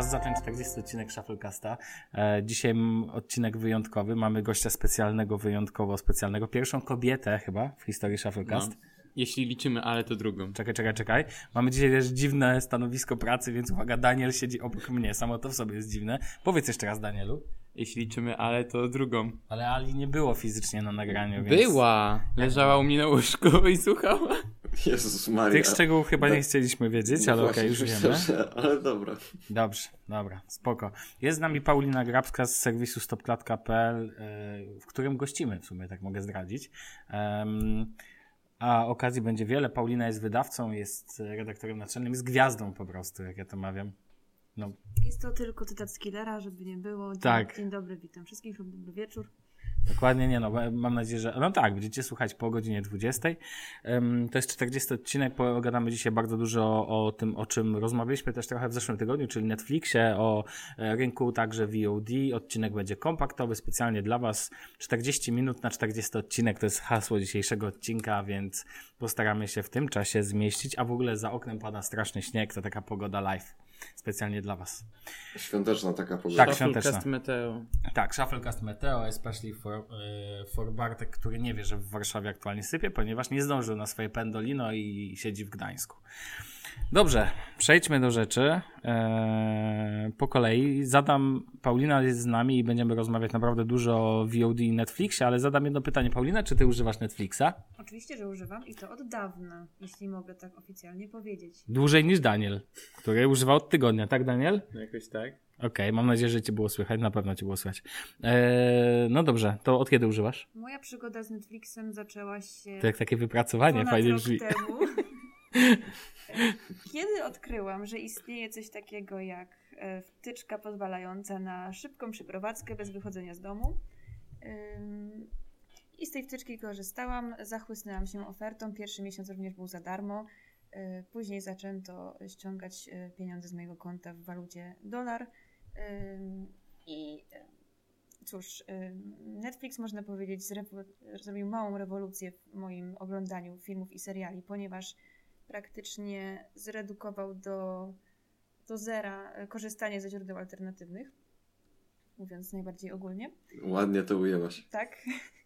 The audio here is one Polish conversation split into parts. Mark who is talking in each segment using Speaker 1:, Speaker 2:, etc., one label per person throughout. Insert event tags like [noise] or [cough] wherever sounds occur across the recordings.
Speaker 1: zacząć 40 odcinek Shufflecasta. E, dzisiaj m- odcinek wyjątkowy. Mamy gościa specjalnego, wyjątkowo specjalnego. Pierwszą kobietę chyba w historii
Speaker 2: No.
Speaker 1: Shufflecast.
Speaker 3: No. Jeśli liczymy, ale to drugą.
Speaker 1: Czekaj, czekaj, czekaj. Mamy dzisiaj też dziwne stanowisko pracy, więc uwaga, Daniel siedzi obok mnie. Samo to w sobie jest dziwne. Powiedz jeszcze raz, Danielu.
Speaker 3: Jeśli liczymy, ale to drugą.
Speaker 1: Ale Ali nie było fizycznie na nagraniu, więc...
Speaker 3: Była! Leżała u mnie na łóżku [laughs] i słuchała.
Speaker 2: Jezus Maria. No
Speaker 1: Tych szczegółów chyba nie chcieliśmy wiedzieć, ale okej,
Speaker 2: Właśnie
Speaker 1: już
Speaker 2: myślę,
Speaker 1: wiemy.
Speaker 2: że- Ale dobra.
Speaker 1: Dobrze, dobra, spoko. Jest z nami Paulina Grabska z serwisu stopklatka.pl, yy, w którym gościmy w sumie, tak mogę zdradzić. Em, A okazji będzie wiele. Paulina jest wydawcą, jest redaktorem naczelnym, jest gwiazdą po prostu, jak ja to mawiam.
Speaker 4: Jest to tylko cytat z Killera, żeby nie było. Dzień,
Speaker 1: Tak.
Speaker 4: dzień dobry, witam wszystkich, lub dobry wieczór.
Speaker 1: Dokładnie, nie no, mam nadzieję, że... No tak, będziecie słuchać po godzinie 20. Em, To jest 40 odcinek, pogadamy dzisiaj bardzo dużo o, o tym, o czym rozmawialiśmy też trochę w zeszłym tygodniu, czyli Netflixie, o e, rynku także VOD. Odcinek będzie kompaktowy, specjalnie dla Was. 40 minut na 40 odcinek to jest hasło dzisiejszego odcinka, więc postaramy się w tym czasie zmieścić, a w ogóle za oknem pada straszny śnieg, to taka pogoda live. Specjalnie dla Was.
Speaker 2: Świąteczna taka pogoda.
Speaker 1: Tak, świąteczna.
Speaker 3: Podcast Meteo.
Speaker 1: Tak, Shufflecast Meteo, especially for, e, for Bartek, który nie wie, że w Warszawie aktualnie sypie, ponieważ nie zdążył na swoje pendolino i siedzi w Gdańsku. Dobrze, przejdźmy do rzeczy. E, po kolei zadam, Paulina jest z nami i będziemy rozmawiać naprawdę dużo o VOD i Netflixie, ale zadam jedno pytanie. Paulina, czy ty używasz Netflixa?
Speaker 4: Oczywiście, że używam i to od dawna, jeśli mogę tak oficjalnie powiedzieć.
Speaker 1: Dłużej niż Daniel, który używa od tygodnia, tak Daniel?
Speaker 3: No jakoś tak?
Speaker 1: Okej, mam nadzieję, że cię było słychać, na pewno cię było słychać. E, no dobrze, to od kiedy używasz?
Speaker 4: Moja przygoda z Netflixem zaczęła się
Speaker 1: To jak Tak, takie wypracowanie
Speaker 4: ponad
Speaker 1: fajnie
Speaker 4: rok
Speaker 1: brzmi.
Speaker 4: temu.
Speaker 1: [laughs]
Speaker 4: Kiedy odkryłam, że istnieje coś takiego jak e, wtyczka pozwalająca na szybką przeprowadzkę bez wychodzenia z domu. Ym, I z tej wtyczki korzystałam, zachłysnęłam się ofertą. Pierwszy miesiąc również był za darmo. Y, Później zaczęto ściągać y, pieniądze z mojego konta w walucie dolar. Ym, I y, cóż, ym, Netflix można powiedzieć zrewo- zrobił małą rewolucję w moim oglądaniu filmów i seriali, ponieważ praktycznie zredukował do, do zera y, korzystanie ze źródeł alternatywnych, mówiąc najbardziej ogólnie.
Speaker 2: Ładnie to ujęłaś.
Speaker 4: Tak.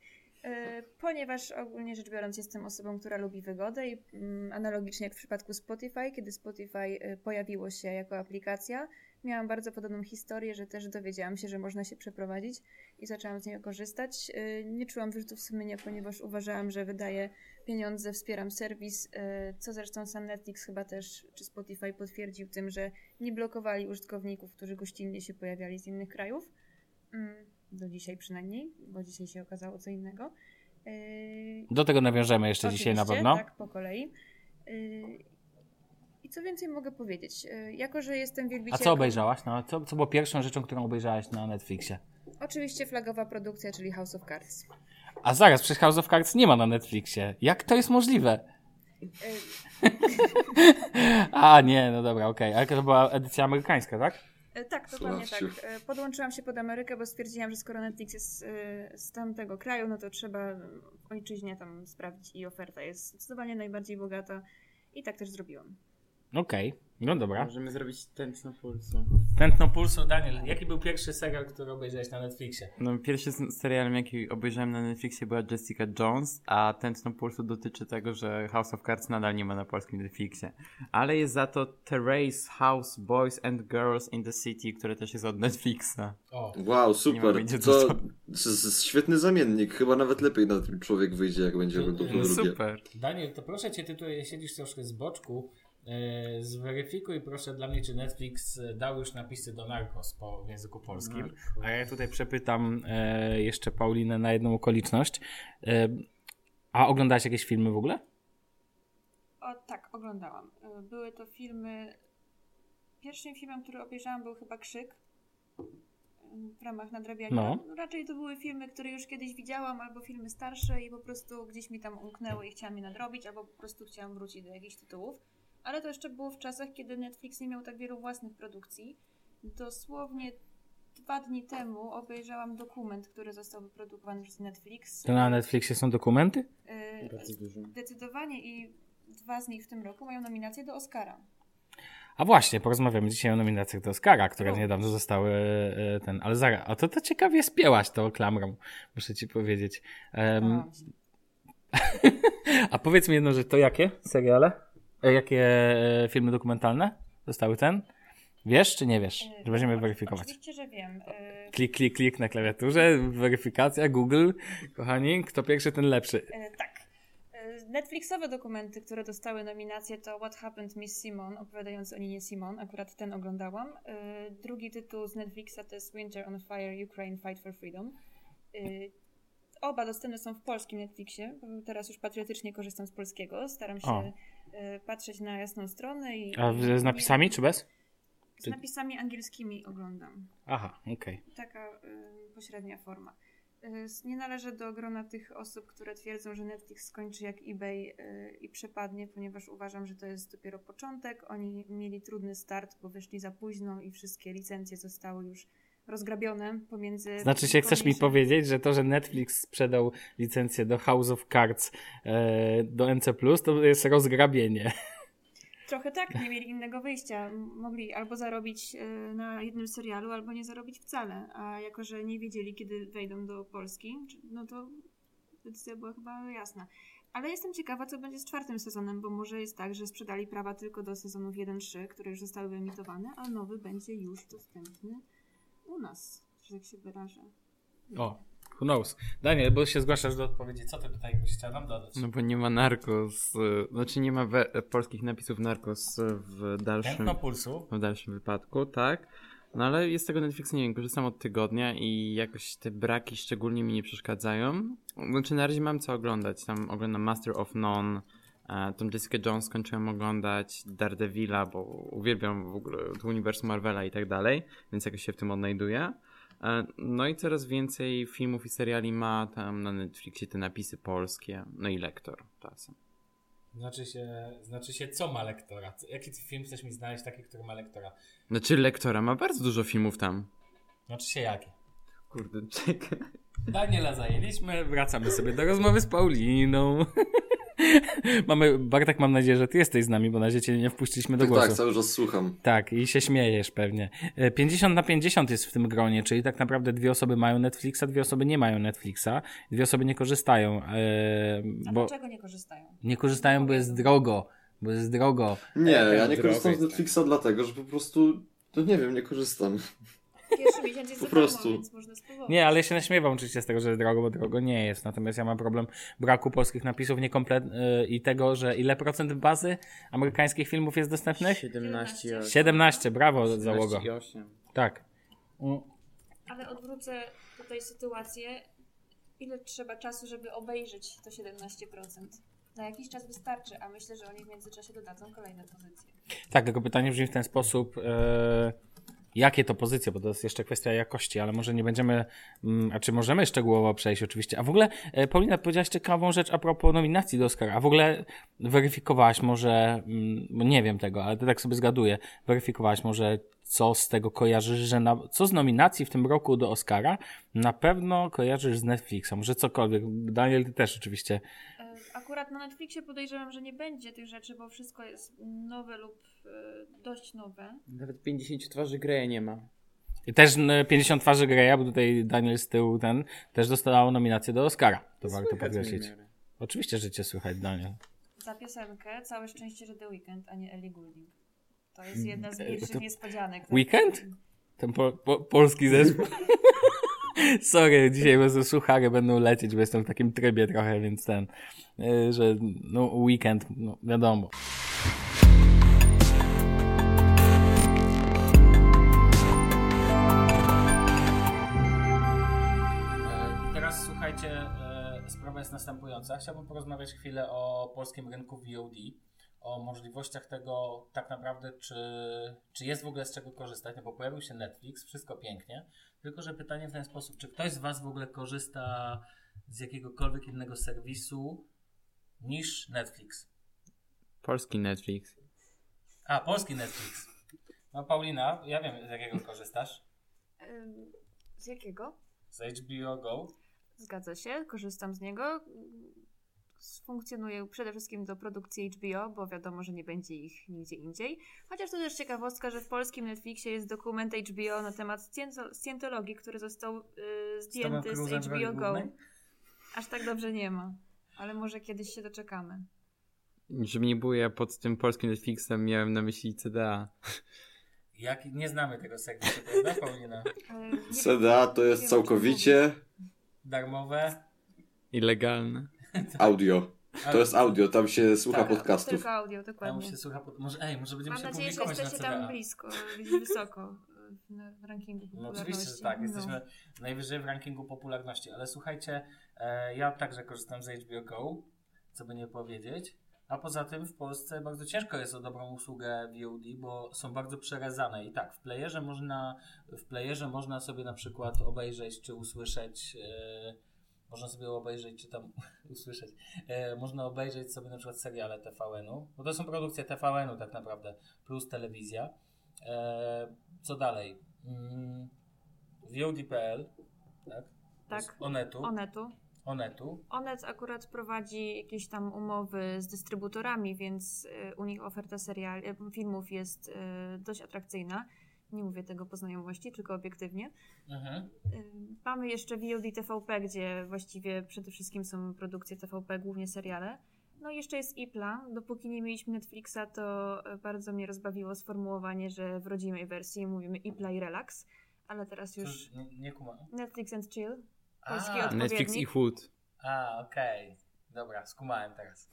Speaker 4: [laughs] E, Ponieważ ogólnie rzecz biorąc jestem osobą, która lubi wygodę i mm, analogicznie jak w przypadku Spotify, kiedy Spotify e, pojawiło się jako aplikacja, miałam bardzo podobną historię, że też dowiedziałam się, że można się przeprowadzić i zaczęłam z niej korzystać. E, Nie czułam wyrzutów sumienia, ponieważ uważałam, że wydaję pieniądze, wspieram serwis, e, co zresztą sam Netflix chyba też, czy Spotify potwierdził tym, że nie blokowali użytkowników, którzy gościnnie się pojawiali z innych krajów. Mm, Do dzisiaj przynajmniej, bo dzisiaj się okazało co innego. Yy,
Speaker 1: Do tego nawiążemy jeszcze dzisiaj na
Speaker 4: Oczywiście,
Speaker 1: pewno.
Speaker 4: Tak, po kolei. Yy, I co więcej mogę powiedzieć? Yy, Jako, że jestem
Speaker 1: A
Speaker 4: wielbicielką...
Speaker 1: co obejrzałaś? No, co, co było pierwszą rzeczą, którą obejrzałaś na Netflixie?
Speaker 4: Oczywiście flagowa produkcja, czyli House of Cards.
Speaker 1: A zaraz, przecież House of Cards nie ma na Netflixie. Jak to jest możliwe? [laughs]
Speaker 4: Yy,
Speaker 1: A nie, no dobra, okej. Ale to była edycja amerykańska, tak?
Speaker 4: E, Tak, dokładnie tak.
Speaker 2: Sławciu.
Speaker 4: E, Podłączyłam się pod Amerykę, bo stwierdziłam, że skoro Netflix jest e, z tamtego kraju, no to trzeba w ojczyźnie tam sprawdzić i oferta jest zdecydowanie najbardziej bogata. I tak też zrobiłam.
Speaker 1: Okej, no dobra.
Speaker 3: Możemy zrobić tętno pulsu.
Speaker 1: Tętno pulsu, Daniel. Jaki był pierwszy serial, który obejrzałeś na Netflixie?
Speaker 3: No, pierwszy s- serialem, jaki obejrzałem na Netflixie była Jessica Jones, a tętno pulsu dotyczy tego, że House of Cards nadal nie ma na polskim Netflixie. Ale jest za to Terrace House Boys and Girls in the City, które też jest od Netflixa.
Speaker 1: O.
Speaker 2: Wow,
Speaker 3: Nie mam
Speaker 2: super.
Speaker 3: pojęcia, co
Speaker 2: To z, z, świetny zamiennik. Chyba nawet lepiej na tym człowiek wyjdzie, jak będzie oglądał to
Speaker 3: No,
Speaker 2: drugie.
Speaker 3: super.
Speaker 1: Daniel, to proszę cię, ty tutaj siedzisz troszkę z boczku. Yy, zweryfikuj proszę dla mnie, czy Netflix dał już napisy do Narcos po, w języku polskim. A ja tutaj przepytam e, jeszcze Paulinę na jedną okoliczność. E, a oglądałaś jakieś filmy w ogóle?
Speaker 4: O, tak, oglądałam. E, Były to filmy. Pierwszym filmem, który obejrzałam, był chyba Krzyk em, w ramach nadrabiania.
Speaker 1: No.
Speaker 4: Raczej to były filmy, które już kiedyś widziałam, albo filmy starsze i po prostu gdzieś mi tam umknęły i chciałam je nadrobić, albo po prostu chciałam wrócić do jakichś tytułów. Ale to jeszcze było w czasach, kiedy Netflix nie miał tak wielu własnych produkcji. Dosłownie dwa dni temu obejrzałam dokument, który został wyprodukowany przez Netflix.
Speaker 1: To na Netflixie są dokumenty?
Speaker 4: E,
Speaker 3: dużo.
Speaker 4: Zdecydowanie i dwa z nich w tym roku mają nominację do Oscara.
Speaker 1: A właśnie, porozmawiamy dzisiaj o nominacjach do Oscara, które niedawno zostały e, ten, ale zaraz, a to, to ciekawie spięłaś to klamrą, muszę ci powiedzieć. Em,
Speaker 4: O,
Speaker 1: a powiedz mi jedno, że to jakie seriale? E, Jakie e, filmy dokumentalne zostały ten? Wiesz czy nie wiesz?
Speaker 4: e,
Speaker 1: Że będziemy
Speaker 4: oczy-
Speaker 1: weryfikować.
Speaker 4: Oczywiście, że wiem. E,
Speaker 1: Klik, klik, klik na klawiaturze, weryfikacja, Google. Kochani, kto pierwszy, ten lepszy.
Speaker 4: E, tak. E, Netflixowe dokumenty, które dostały nominację to What Happened Miss Simon, opowiadający o Ninie Simon, akurat ten oglądałam. E, Drugi tytuł z Netflixa to jest Winter on Fire Ukraine Fight for Freedom. E, Oba dostępne są w polskim Netflixie, bo teraz już patriotycznie korzystam z polskiego, staram się
Speaker 1: O.
Speaker 4: e, patrzeć na jasną stronę i...
Speaker 1: A z, z napisami czy bez?
Speaker 4: Z napisami angielskimi oglądam
Speaker 1: Aha, okej.
Speaker 4: taka y, pośrednia forma. Y, s- Nie należę do grona tych osób, które twierdzą, że Netflix skończy jak eBay y, i przepadnie, ponieważ uważam, że to jest dopiero początek. Oni mieli trudny start, bo wyszli za późno i wszystkie licencje zostały już rozgrabione pomiędzy.
Speaker 1: Znaczy się, chcesz mi
Speaker 4: pomiędzy-
Speaker 1: powiedzieć, że to, że Netflix sprzedał licencję do House of Cards e, do NC+, to jest rozgrabienie.
Speaker 4: Trochę tak, nie mieli innego wyjścia. M- Mogli albo zarobić y, na jednym serialu, albo nie zarobić wcale. A jako, że nie wiedzieli, kiedy wejdą do Polski, czy- no to decyzja była chyba jasna. Ale jestem ciekawa, co będzie z czwartym sezonem, bo może jest tak, że sprzedali prawa tylko do sezonów 1-3, które już zostały wyemitowane, a nowy będzie już dostępny u nas, że tak się wyrażę.
Speaker 1: O, who knows. Daniel, bo się zgłaszasz do odpowiedzi. Co ty tutaj byś chciał nam dodać?
Speaker 3: No bo nie ma narkos, y, znaczy nie ma we, polskich napisów narkos y, w dalszym,
Speaker 1: Tętno pulsu.
Speaker 3: w dalszym wypadku, tak? No ale jest tego Netflix, nie wiem, korzystam od tygodnia i jakoś te braki szczególnie mi nie przeszkadzają. Znaczy na razie mam co oglądać, tam oglądam Master of None, e, tą Jessica Jones skończyłem oglądać, Daredevila, bo uwielbiam w ogóle to uniwersum Marvela i tak dalej, więc jakoś się w tym odnajduję. E, No i coraz więcej filmów i seriali ma tam na Netflixie te napisy polskie, no i lektor czasem.
Speaker 1: Znaczy się, znaczy się, co ma lektora? Co- Jaki ty film chcesz mi znaleźć taki, który ma lektora?
Speaker 3: Znaczy lektora ma bardzo dużo filmów tam.
Speaker 1: Znaczy się jaki?
Speaker 3: Kurde, czekaj.
Speaker 1: Daniela zajęliśmy, wracamy sobie do rozmowy z Pauliną. [laughs] Mamy, Bartek, mam nadzieję, że ty jesteś z nami, bo na razie cię nie wpuściliśmy do
Speaker 2: Tak,
Speaker 1: głosu.
Speaker 2: tak, cały czas słucham.
Speaker 1: Tak, i się śmiejesz pewnie. E, 50 na 50 jest w tym gronie, czyli tak naprawdę dwie osoby mają Netflixa, dwie osoby nie mają Netflixa, dwie osoby nie korzystają, e,
Speaker 4: A
Speaker 1: bo
Speaker 4: dlaczego nie korzystają?
Speaker 1: nie korzystają, bo jest drogo, bo jest drogo.
Speaker 2: Nie,
Speaker 1: Taka
Speaker 2: ja nie
Speaker 1: droga
Speaker 2: korzystam z
Speaker 1: jest
Speaker 2: Netflixa dlatego, że po prostu, no nie wiem, nie korzystam.
Speaker 4: Pierwszy miesiąc jest
Speaker 2: Po
Speaker 4: za darmo,
Speaker 2: prostu.
Speaker 4: więc można spróbować.
Speaker 1: Nie, ale ja się naśmiewam oczywiście z tego, że drogo, bo drogo nie jest. Natomiast ja mam problem braku polskich napisów niekomplet y, i tego, że ile procent bazy amerykańskich filmów jest dostępnych?
Speaker 3: 17 i 8.
Speaker 1: 17, brawo załoga.
Speaker 3: 17 i 8.
Speaker 1: Tak. Mm,
Speaker 4: Ale odwrócę tutaj sytuację. Ile trzeba czasu, żeby obejrzeć to 17%? Na jakiś czas wystarczy, a myślę, że oni w międzyczasie dodadzą kolejne pozycje.
Speaker 1: Tak, tylko pytanie brzmi w ten sposób, e, jakie to pozycje, bo to jest jeszcze kwestia jakości, ale może nie będziemy, mm, a czy możemy szczegółowo przejść oczywiście. A w ogóle, e, Paulina, powiedziałaś ciekawą rzecz a propos nominacji do Oscara, a w ogóle weryfikowałaś może, mm, bo nie wiem tego, ale to tak sobie zgaduję, weryfikowałaś może, co z tego kojarzysz, że na, co z nominacji w tym roku do Oscara na pewno kojarzysz z Netflixa, może cokolwiek, Daniel, ty też oczywiście.
Speaker 4: E, Akurat na Netflixie podejrzewam, że nie będzie tych rzeczy, bo wszystko jest nowe lub e, dość nowe.
Speaker 3: Nawet 50 twarzy Greya nie ma.
Speaker 1: I Też e, 50 twarzy Greya, bo tutaj Daniel z tyłu ten, też dostało nominację do Oscara. To warto podkreślić. Oczywiście, że cię słychać, Daniel.
Speaker 4: Za piosenkę całe szczęście, że The Weeknd, a nie Ellie Goulding. To jest jedna z większych
Speaker 1: Hmm. to-
Speaker 4: niespodzianek.
Speaker 1: Weeknd? Ten po, po, polski zespół. [laughs] Sorry, dzisiaj bez suchary będą lecieć, bo jestem w takim trybie trochę, więc ten, e, że no, weekend, no, wiadomo. E, I teraz słuchajcie, e, sprawa jest następująca. Chciałbym porozmawiać chwilę o polskim rynku VOD, o możliwościach tego tak naprawdę, czy, czy jest w ogóle z czego korzystać, no bo pojawił się Netflix, wszystko pięknie, tylko że pytanie w ten sposób, czy ktoś z Was w ogóle korzysta z jakiegokolwiek innego serwisu niż Netflix?
Speaker 3: Polski Netflix.
Speaker 1: A, polski Netflix. No Paulina, ja wiem z jakiego korzystasz.
Speaker 4: Ym, E, Z jakiego?
Speaker 1: Z HBO Go.
Speaker 4: Zgadza się, korzystam z niego. funkcjonują przede wszystkim do produkcji HBO, bo wiadomo, że nie będzie ich nigdzie indziej. Chociaż to też ciekawostka, że w polskim Netflixie jest dokument HBO na temat scien- Scientologii, który został y, zdjęty z,
Speaker 1: Cruzem w roli
Speaker 4: HBO Go.
Speaker 1: głównej?
Speaker 4: Aż tak dobrze nie ma. Ale może kiedyś się doczekamy.
Speaker 3: Żeby nie było, ja pod tym polskim Netflixem miałem na myśli CDA.
Speaker 1: Jak nie znamy tego segmentu, prawda, Paulina?
Speaker 4: Ale E, nie-
Speaker 2: [laughs] CDA to
Speaker 4: nie
Speaker 2: jest
Speaker 4: wiem,
Speaker 2: całkowicie
Speaker 1: Darmowe.
Speaker 3: Ilegalne.
Speaker 2: audio. To jest audio, tam się słucha
Speaker 1: Tak,
Speaker 4: czy mówię.
Speaker 2: podcastów.
Speaker 4: Tylko audio,
Speaker 1: Tam
Speaker 4: dokładnie.
Speaker 1: się słucha, pod... może, ej, może będziemy
Speaker 4: Mam
Speaker 1: się
Speaker 4: nadzieję, że
Speaker 1: publikować na
Speaker 4: jesteście tam
Speaker 1: CDA.
Speaker 4: blisko, y, wysoko y, na- w rankingu
Speaker 1: No
Speaker 4: popularności.
Speaker 1: oczywiście, że tak.
Speaker 4: No.
Speaker 1: Jesteśmy najwyżej w rankingu popularności, ale słuchajcie, e, ja także korzystam z HBO Go, co by nie powiedzieć. A poza tym w Polsce bardzo ciężko jest o dobrą usługę VOD, bo są bardzo przerezane. I tak, w playerze można, w playerze można sobie na przykład obejrzeć czy usłyszeć. E, można sobie obejrzeć, czy tam [laughs] usłyszeć. E, można obejrzeć sobie na przykład seriale TVN-u, bo to są produkcje TVN-u tak naprawdę, plus telewizja. E, co dalej? Mm, VOD.pl, tak?
Speaker 4: Tak.
Speaker 1: Z Onetu.
Speaker 4: Onetu.
Speaker 1: Onetu.
Speaker 4: Onet akurat prowadzi jakieś tam umowy z dystrybutorami, więc y, u nich oferta seriali, y, filmów jest y, dość atrakcyjna. Nie mówię tego po znajomości, tylko obiektywnie.
Speaker 1: Mhm.
Speaker 4: Y, Mamy jeszcze VOD TVP, gdzie właściwie przede wszystkim są produkcje TVP, głównie seriale. No i jeszcze jest IPLA. Dopóki nie mieliśmy Netflixa, to y, bardzo mnie rozbawiło sformułowanie, że w rodzimej wersji mówimy IPLA i Relax, ale teraz już
Speaker 1: Już nie, nie kumam.
Speaker 4: Netflix and Chill. Polski
Speaker 1: A,
Speaker 4: odpływ.
Speaker 3: Netflix i Hood.
Speaker 1: a okej. Dobra, skumałem teraz.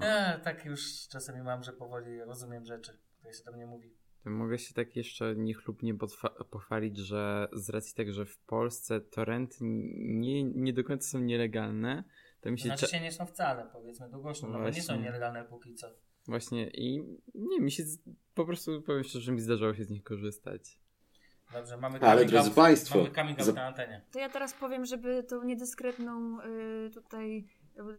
Speaker 1: A, tak już czasami mam, że powoli rozumiem rzeczy, które się do mnie mówi.
Speaker 3: To mogę się tak jeszcze nie chlubnie potwa- pochwalić, że z racji tego, że w Polsce torenty nie, nie do końca są nielegalne, to mi się,
Speaker 1: Znaczy
Speaker 3: cza-
Speaker 1: się nie są wcale, powiedzmy, to głośno, no bo nie są
Speaker 3: Właśnie.
Speaker 1: nielegalne póki co.
Speaker 3: właśnie i nie, mi się z- po prostu powiem szczerze, że mi zdarzało się z nich korzystać.
Speaker 1: Dobrze, mamy
Speaker 2: Ale
Speaker 1: coming
Speaker 2: drodzy
Speaker 1: out-
Speaker 2: państwo,
Speaker 1: mamy coming out
Speaker 2: za-
Speaker 1: na antenie.
Speaker 4: To ja teraz powiem, żeby tą niedyskretną y, tutaj,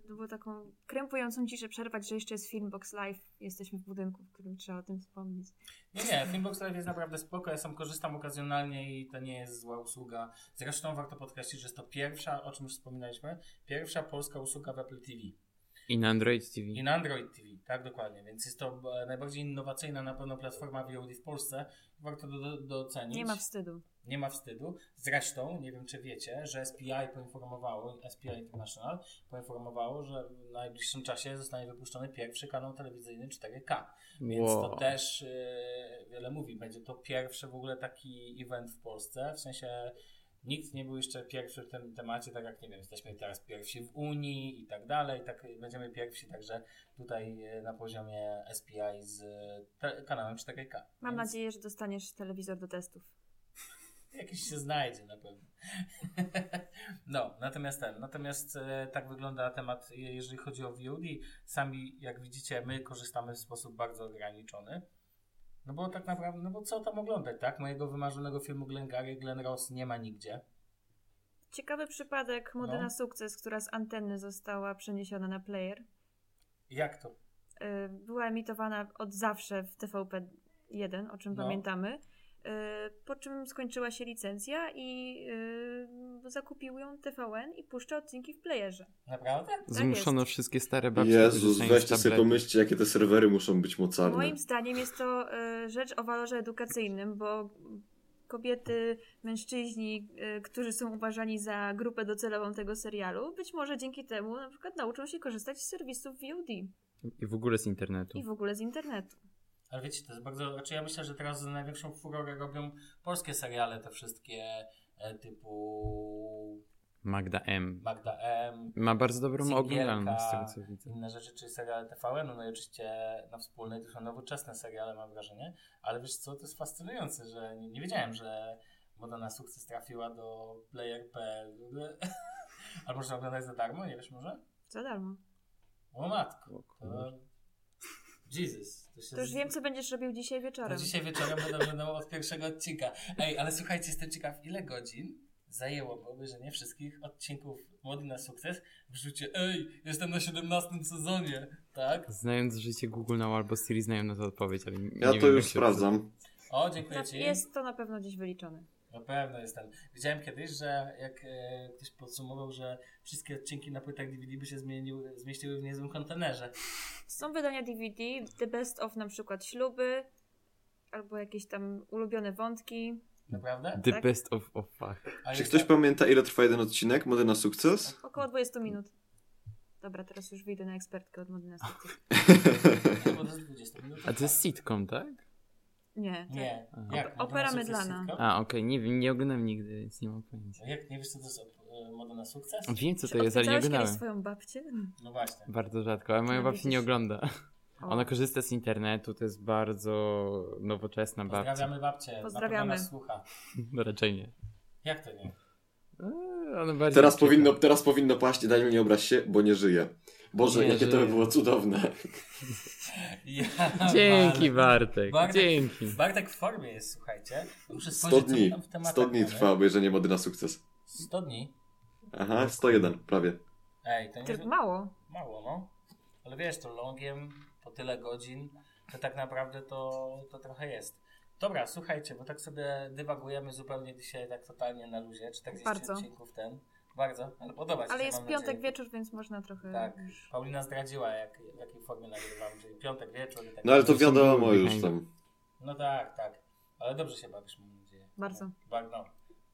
Speaker 4: y, było taką krępującą ciszę przerwać, że jeszcze jest Filmbox Live. Jesteśmy w budynku, w którym trzeba o tym wspomnieć.
Speaker 1: Nie, nie, Filmbox Live jest naprawdę spoko, ja sam korzystam okazjonalnie i to nie jest zła usługa. Zresztą warto podkreślić, że jest to pierwsza, o czym już wspominaliśmy, pierwsza polska usługa w Apple TV.
Speaker 3: I na Android TV.
Speaker 1: I na Android TV, tak dokładnie, więc jest to e, najbardziej innowacyjna na pewno platforma VOD w Polsce. Warto do- do, docenić.
Speaker 4: Nie ma wstydu.
Speaker 1: Nie ma wstydu. Zresztą, nie wiem czy wiecie, że SPI poinformowało, SPI International poinformowało, że w najbliższym czasie zostanie wypuszczony pierwszy kanał telewizyjny 4K. Więc to
Speaker 3: Wow.
Speaker 1: też y, wiele mówi. Będzie to pierwszy w ogóle taki event w Polsce. W sensie nikt nie był jeszcze pierwszy w tym temacie, tak jak nie wiem, jesteśmy teraz pierwsi w Unii i tak dalej. Tak, będziemy pierwsi także tutaj y, na poziomie SPI z te, kanałem 4K.
Speaker 4: Mam
Speaker 1: Więc
Speaker 4: nadzieję, że dostaniesz telewizor do testów.
Speaker 1: Jakiś się znajdzie na pewno. [laughs] No, natomiast ten, natomiast e, tak wygląda temat, e, jeżeli chodzi o VOD. Sami, jak widzicie, my korzystamy w sposób bardzo ograniczony. No bo tak naprawdę, no bo co tam oglądać, tak? Mojego wymarzonego filmu Glengarry Glen Ross nie ma nigdzie.
Speaker 4: Ciekawy przypadek mody
Speaker 1: No.
Speaker 4: na sukces, która z anteny została przeniesiona na player.
Speaker 1: Jak to?
Speaker 4: Y, Była emitowana od zawsze w TVP1, o czym
Speaker 1: No.
Speaker 4: pamiętamy. Y, Po czym skończyła się licencja i y, zakupił ją TVN i puszcza odcinki w playerze. Tak
Speaker 1: Naprawdę?
Speaker 3: Zmuszono wszystkie stare babcie do
Speaker 2: Jezus,
Speaker 3: korzystania z
Speaker 2: weźcie sobie
Speaker 3: tabletu.
Speaker 2: pomyślcie, jakie te serwery muszą być mocarne.
Speaker 4: Moim zdaniem jest to y, rzecz o walorze edukacyjnym, bo kobiety, mężczyźni, y, którzy są uważani za grupę docelową tego serialu, być może dzięki temu na przykład nauczą się korzystać z serwisów VOD
Speaker 3: I w ogóle z internetu.
Speaker 4: i w ogóle z internetu.
Speaker 1: Ale wiecie, to jest bardzo. Znaczy ja myślę, że teraz największą furorę robią polskie seriale, te wszystkie e, typu
Speaker 3: Magda M.
Speaker 1: Magda M.
Speaker 3: Ma bardzo dobrą
Speaker 1: Cegiełka.
Speaker 3: oglądalność z tego co widzę.
Speaker 1: inne rzeczy, czyli seriale TVN-u, no i oczywiście na wspólnej to są nowoczesne seriale, mam wrażenie, ale wiesz co, to jest fascynujące, że nie, nie wiedziałem, że moda na sukces trafiła do player.pl. [laughs] W ogóle- Ale można oglądać za darmo, nie wiesz może?
Speaker 4: Za darmo.
Speaker 1: O matko,
Speaker 3: O
Speaker 1: to...
Speaker 3: kurde.
Speaker 1: Jesus. To, się
Speaker 4: To już wiem, co będziesz robił dzisiaj
Speaker 1: to
Speaker 4: wieczorem.
Speaker 1: dzisiaj wieczorem
Speaker 4: [laughs]
Speaker 1: będą, będą od pierwszego odcinka. Ej, ale słuchajcie, jestem ciekaw, ile godzin zajęłoby obejrzenie wszystkich odcinków Młody na Sukces w rzucie Ej, jestem na 17 sezonie, tak?
Speaker 3: Znając życie Google Now albo Siri, znają na to odpowiedź, ale nie
Speaker 2: Ja
Speaker 3: wiem,
Speaker 2: to
Speaker 3: jak
Speaker 2: już
Speaker 3: się
Speaker 2: sprawdzam.
Speaker 1: O,
Speaker 4: Na-
Speaker 1: dziękuję Ci.
Speaker 4: Jest to na pewno gdzieś wyliczone.
Speaker 1: Na pewno jest ten. Widziałem kiedyś, że jak e, ktoś podsumował, że wszystkie odcinki na płytach DVD by się zmieniły, zmieściły w niezłym kontenerze.
Speaker 4: Są wydania DVD, The Best of na przykład śluby, albo jakieś tam ulubione wątki.
Speaker 1: Naprawdę?
Speaker 3: The
Speaker 4: Tak?
Speaker 3: best of, of fuck.
Speaker 1: A
Speaker 2: Czy
Speaker 1: jest
Speaker 2: ktoś
Speaker 1: tak-
Speaker 2: pamięta, ile trwa jeden odcinek Mody na
Speaker 1: [laughs]
Speaker 2: sukces?
Speaker 4: Około 20 minut. Dobra, teraz już wyjdę na ekspertkę od mody na sukces.
Speaker 1: Nie, bo to jest 20 minut.
Speaker 3: A to jest sitcom, tak?
Speaker 4: Nie, tak.
Speaker 1: Nie.
Speaker 3: Aha.
Speaker 1: Jak?
Speaker 4: Opera
Speaker 1: Modena Sukces
Speaker 4: mydlana.
Speaker 1: sitcom?
Speaker 3: A, okej, nie wiem, nie oglądam nigdy, więc nie mam pojęcia.
Speaker 1: Jak nie wiesz, co to jest op- y, moda na sukces?
Speaker 3: Wiem, co
Speaker 4: Czy
Speaker 3: to jest, ale nie
Speaker 4: odwiedzałeś kiedyś
Speaker 3: oglądałem.
Speaker 4: swoją babcię?
Speaker 1: No właśnie.
Speaker 3: Bardzo rzadko, ale moja
Speaker 4: No,
Speaker 3: babcia nie
Speaker 4: widzisz.
Speaker 3: ogląda.
Speaker 4: O,
Speaker 3: Ona korzysta z internetu, to jest bardzo nowoczesna babcia.
Speaker 1: Pozdrawiamy babcię. na
Speaker 4: Pozdrawiamy.
Speaker 1: pewno nas słucha.
Speaker 3: No [laughs] raczej nie.
Speaker 1: Jak to nie?
Speaker 3: Eee, Ona bardziej
Speaker 2: Teraz
Speaker 3: czyta.
Speaker 1: no.
Speaker 2: powinno, teraz powinno paść, Daniel nie obraź się, bo nie żyje. Boże,
Speaker 3: Nie
Speaker 2: jakie to by
Speaker 3: żyje.
Speaker 2: było cudowne.
Speaker 3: [laughs]
Speaker 1: Ja,
Speaker 3: Dzięki
Speaker 1: Bartek.
Speaker 3: Bartek,
Speaker 1: Bartek-
Speaker 3: dzięki.
Speaker 1: Bartek w formie jest, słuchajcie. Muszę
Speaker 2: 100
Speaker 1: spojrzeć, co
Speaker 2: dni,
Speaker 1: tam w tematach
Speaker 2: 100 dni
Speaker 1: mamy.
Speaker 2: trwa obejrzenie Mody na sukces.
Speaker 1: 100 dni?
Speaker 2: Aha,
Speaker 1: No.
Speaker 2: 101 prawie.
Speaker 1: Ej, to nie
Speaker 4: tylko mało.
Speaker 1: mało, no. Ale wiesz, to longiem, po tyle godzin, to tak naprawdę to, to trochę jest. Dobra, słuchajcie, bo tak sobie dywagujemy zupełnie dzisiaj tak totalnie na luzie. 40
Speaker 4: Bardzo.
Speaker 1: odcinków ten. Bardzo, ale podoba ci
Speaker 4: Ale
Speaker 1: się,
Speaker 4: jest
Speaker 1: mam
Speaker 4: piątek
Speaker 1: nadzieję.
Speaker 4: wieczór, więc można trochę...
Speaker 1: Tak. Paulina zdradziła, jak, w jakiej formie nagrywam, czyli piątek wieczór i tak
Speaker 2: No ale to
Speaker 3: To są
Speaker 2: wiadomo
Speaker 3: były
Speaker 2: już
Speaker 3: behind.
Speaker 2: tam.
Speaker 1: No tak, tak. Ale dobrze się bawisz, mam nadzieję.
Speaker 4: Bardzo.
Speaker 1: Ba- No,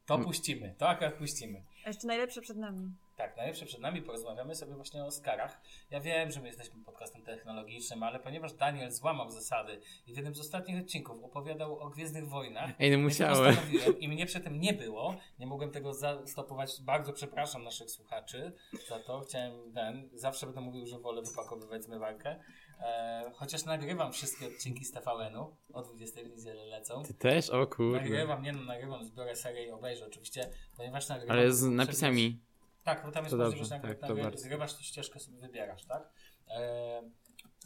Speaker 1: to
Speaker 2: Mm.
Speaker 1: puścimy, to akurat puścimy.
Speaker 4: A jeszcze najlepsze przed nami.
Speaker 1: Tak, najlepsze przed nami porozmawiamy sobie właśnie o Oscarach. Ja wiem, że my jesteśmy podcastem technologicznym, ale ponieważ Daniel złamał zasady i w jednym z ostatnich odcinków opowiadał o Gwiezdnych
Speaker 3: [laughs]
Speaker 1: Wojnach,
Speaker 3: Ej, no
Speaker 1: ja to
Speaker 3: musiałem.
Speaker 1: postanowiłem I mnie przy tym nie było, nie mogłem tego zastopować. Bardzo przepraszam naszych słuchaczy za to. Chciałem ten, zawsze będę mówił, że wolę wypakowywać zmywarkę. E, chociaż nagrywam wszystkie odcinki z TVN-u, o 20 w niedzielę lecą.
Speaker 3: Ty też? O kurde.
Speaker 1: Nagrywam, nie no, nagrywam, zbiorę serię i obejrzę oczywiście, ponieważ nagrywam...
Speaker 3: Ale z
Speaker 1: poprzednio-
Speaker 3: napisami.
Speaker 1: tak, bo tam jest
Speaker 3: To dobrze,
Speaker 1: możliwość,
Speaker 3: tak, to
Speaker 1: tak,
Speaker 3: bardzo.
Speaker 1: zgrywasz tą ścieżkę, sobie wybierasz, tak? E,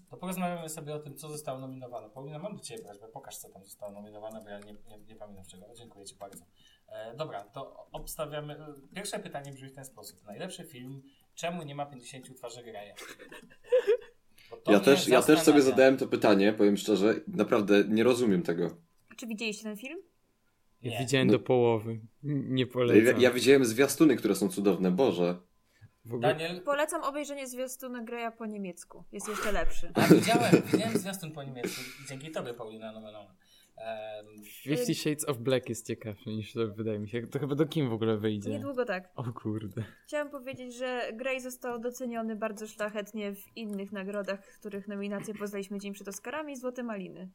Speaker 1: to porozmawiamy sobie o tym, co zostało nominowane. Paulina, mam do Ciebie prośbę, pokaż, co tam zostało nominowane, bo ja nie, nie, nie pamiętam czego. Dziękuję Ci bardzo. E, dobra, to obstawiamy. Pierwsze pytanie brzmi w ten sposób. Najlepszy film, czemu nie ma 50 twarzy Greya? Bo to
Speaker 2: Ja
Speaker 1: mnie
Speaker 2: też, ja też sobie
Speaker 1: zastanawia.
Speaker 2: zadałem to pytanie, powiem szczerze, naprawdę nie rozumiem tego.
Speaker 4: A czy widzieliście ten film?
Speaker 3: Ja
Speaker 1: Nie.
Speaker 3: widziałem
Speaker 2: No.
Speaker 3: do połowy. N- Nie
Speaker 2: Ja,
Speaker 3: polecam.
Speaker 2: ja widziałem zwiastuny, które są cudowne, Boże.
Speaker 3: W ogóle...
Speaker 1: Daniel,
Speaker 4: Polecam obejrzenie zwiastuna Greya po niemiecku. Jest jeszcze lepszy.
Speaker 1: a widziałem, widziałem zwiastun po niemiecku i dzięki Tobie, Paulina, E, nominowałem. Em,
Speaker 3: Fifty Shades of Black jest ciekawszy niż to wydaje mi się. To chyba do kim w ogóle wyjdzie?
Speaker 4: Niedługo tak.
Speaker 3: O kurde.
Speaker 4: Chciałam powiedzieć, że Grey został doceniony bardzo szlachetnie w innych nagrodach, których nominacje poznaliśmy dzień przed Oscarami, Złote Maliny.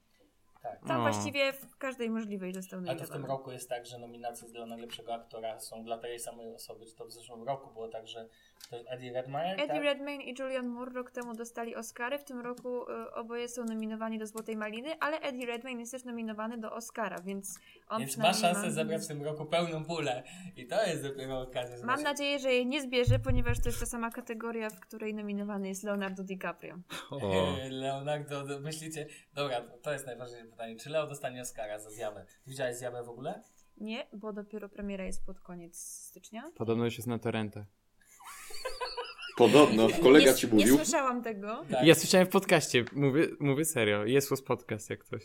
Speaker 1: tak.
Speaker 4: Tam
Speaker 3: O.
Speaker 4: właściwie w każdej możliwej został
Speaker 1: Ale to w tym
Speaker 4: nominowany.
Speaker 1: roku jest tak, że nominacje dla najlepszego aktora są dla tej samej osoby, czy to w zeszłym roku było tak, że to jest Eddie Redmayne,
Speaker 4: Eddie
Speaker 1: tak?
Speaker 4: Redmayne i Julian Moore rok temu dostali Oscary, w tym roku y, oboje są nominowani do Złotej Maliny, ale Eddie Redmayne jest też nominowany do Oscara, więc on
Speaker 1: Więc ma
Speaker 4: przynajmniej
Speaker 1: szansę zebrać w tym roku pełną pulę i to jest dopiero okazja. żeby
Speaker 4: Mam
Speaker 1: się- [laughs]
Speaker 4: nadzieję, że jej nie zbierze, ponieważ to jest ta sama kategoria, w której nominowany jest Leonardo DiCaprio.
Speaker 3: O.
Speaker 1: Leonardo, do- myślicie, dobra, to- to jest najważniejsze pytanie, czy Leo dostanie Oscara za zjawę? Ty Widziałeś zjawę w ogóle?
Speaker 4: Nie, bo dopiero premiera jest pod koniec stycznia.
Speaker 3: Podobno już jest na torrentach.
Speaker 2: Podobno, kolega
Speaker 4: nie,
Speaker 2: ci
Speaker 4: nie
Speaker 2: mówił.
Speaker 4: słyszałam tego.
Speaker 1: Tak.
Speaker 3: Ja słyszałem w podcaście, mówię, mówię serio. Jest was podcast jak ktoś.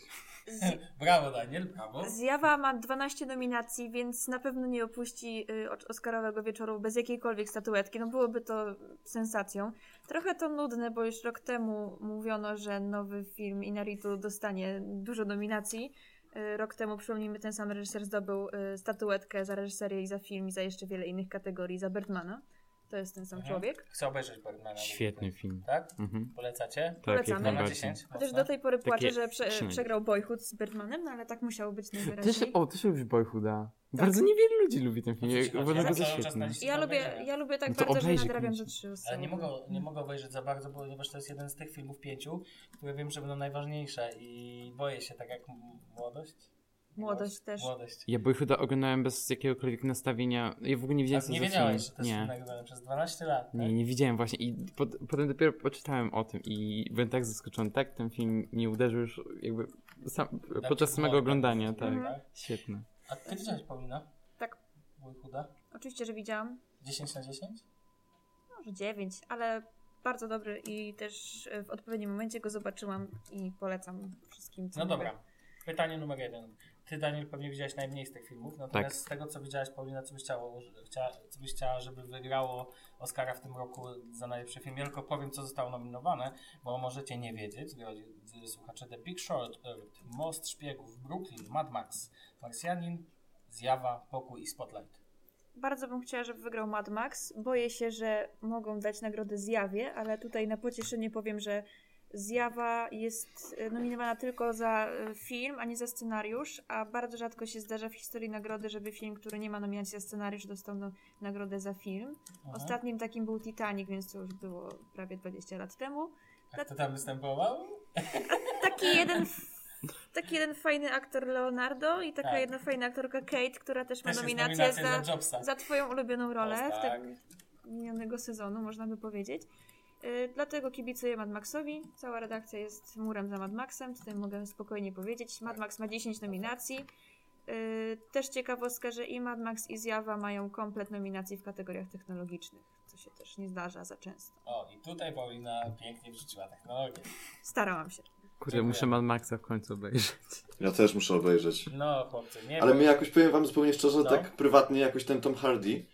Speaker 1: [laughs] Brawo Daniel, brawo.
Speaker 4: Zjawa ma 12 nominacji, więc na pewno nie opuści y, od Oscarowego wieczoru bez jakiejkolwiek statuetki. No byłoby to sensacją. Trochę to nudne, bo już rok temu mówiono, że nowy film Inaritu dostanie dużo nominacji. Y, Rok temu, przypomnijmy, ten sam reżyser zdobył y, statuetkę za reżyserię i za film i za jeszcze wiele innych kategorii, za Bertmana. To jest ten sam
Speaker 1: Mhm.
Speaker 4: człowiek.
Speaker 1: Chcę obejrzeć Birdmana.
Speaker 3: Świetny film.
Speaker 1: Tak?
Speaker 3: Mhm.
Speaker 1: Polecacie?
Speaker 3: Tak, jak
Speaker 4: Polecamy.
Speaker 1: Dwa na
Speaker 3: najbardziej.
Speaker 1: 10?
Speaker 4: Chociaż
Speaker 1: Mocne?
Speaker 4: do tej pory płacze,
Speaker 3: Takie
Speaker 4: że prze,
Speaker 3: trzy.
Speaker 4: przegrał Boyhood z Bertmanem, no ale tak musiało być
Speaker 3: Ty
Speaker 4: najwyraźniej.
Speaker 3: się, o, ty się lubisz Boyhooda. Bardzo niewielu ludzi lubi ten film.
Speaker 1: No to się
Speaker 3: Ja uważam go
Speaker 1: chodzi,
Speaker 3: za
Speaker 1: cały czas
Speaker 3: świetny.
Speaker 1: na dziś
Speaker 4: Ja
Speaker 1: nie
Speaker 4: lubię,
Speaker 1: obejrzymy.
Speaker 4: ja lubię tak
Speaker 3: No to
Speaker 4: bardzo, że
Speaker 3: obejrzyj
Speaker 4: nadrabiam za
Speaker 3: koniecznie.
Speaker 4: trzy osoby.
Speaker 1: Ale nie mogę, nie mogę obejrzeć za bardzo, ponieważ to jest jeden z tych filmów pięciu, które wiem, że będą najważniejsze i boję się, tak jak m- młodość.
Speaker 4: Młodość też.
Speaker 1: Młodość.
Speaker 3: Ja Boyhooda oglądałem bez jakiegokolwiek nastawienia. Ja w ogóle nie wiedziałem,
Speaker 1: Tak,
Speaker 3: co
Speaker 1: nie
Speaker 3: za
Speaker 1: wiedziałeś, że
Speaker 3: film.
Speaker 1: to jest film nagrywany przez 12 lat. tak?
Speaker 3: Nie, nie widziałem właśnie i po, potem dopiero poczytałem o tym i byłem tak zaskoczony, tak ten film nie uderzył już jakby sam,
Speaker 1: Dam
Speaker 3: podczas
Speaker 1: ci
Speaker 3: samego
Speaker 1: zgodę.
Speaker 3: oglądania, tak.
Speaker 1: No.
Speaker 4: Mhm.
Speaker 3: Świetne.
Speaker 1: A ty widziałeś Paulina?
Speaker 4: Tak.
Speaker 1: Mój chuda?
Speaker 4: Oczywiście, że widziałam.
Speaker 1: 10 na 10?
Speaker 4: Może dziewięć, ale bardzo dobry i też e, w odpowiednim momencie go zobaczyłam i polecam wszystkim. co
Speaker 1: No
Speaker 4: mogę.
Speaker 1: dobra. Pytanie numer jeden. Ty Ty, Daniel, pewnie widziałeś najmniej z tych filmów, natomiast
Speaker 3: Tak.
Speaker 1: z tego, co widziałaś, Paulina, co byś chciała, chciała, co byś chciała, żeby wygrało Oscara w tym roku za najlepszy film? Ja tylko powiem, co zostało nominowane, bo możecie nie wiedzieć, drodzy słuchacze. The Big Short, Earth, Most Szpiegów, Brooklyn, Mad Max, Marsjanin, Zjawa, Pokój i Spotlight.
Speaker 4: Bardzo bym chciała, żeby wygrał Mad Max. Boję się, że mogą dać nagrodę Zjawie, ale tutaj na pocieszenie powiem, że Zjawa jest e, nominowana tylko za e, film, a nie za scenariusz, a bardzo rzadko się zdarza w historii nagrody, żeby film, który nie ma nominacji za scenariusz, dostał no- nagrodę za film.
Speaker 1: Mhm.
Speaker 4: Ostatnim takim był Titanic, więc to już było prawie 20 lat temu.
Speaker 1: A kto tam występował?
Speaker 4: Taki jeden, taki jeden fajny aktor Leonardo i taka
Speaker 1: Tak.
Speaker 4: jedna fajna aktorka Kate, która też ma
Speaker 1: Też jest
Speaker 4: nominację
Speaker 1: nominacja
Speaker 4: za,
Speaker 1: za Jobsa.
Speaker 4: za twoją ulubioną rolę
Speaker 1: O,
Speaker 4: w
Speaker 1: tak.
Speaker 4: tak minionego sezonu, można by powiedzieć. Yy, Dlatego kibicuję Mad Maxowi. Cała redakcja jest murem za Mad Maxem, tutaj mogę spokojnie powiedzieć. Mad Max ma 10 nominacji. Yy, Też ciekawostka, że i Mad Max i Zjawa mają komplet nominacji w kategoriach technologicznych, co się też nie zdarza za często.
Speaker 1: O, i tutaj Paulina pięknie wrzuciła technologię.
Speaker 4: Starałam się.
Speaker 3: Kurde,
Speaker 1: Dziękuję.
Speaker 3: muszę Mad Maxa w końcu obejrzeć.
Speaker 2: Ja też muszę obejrzeć.
Speaker 1: No, chłopcy, nie
Speaker 2: Ale
Speaker 1: bo-
Speaker 2: mnie jakoś, powiem wam zupełnie szczerze,
Speaker 1: No.
Speaker 2: tak prywatnie jakoś ten Tom Hardy,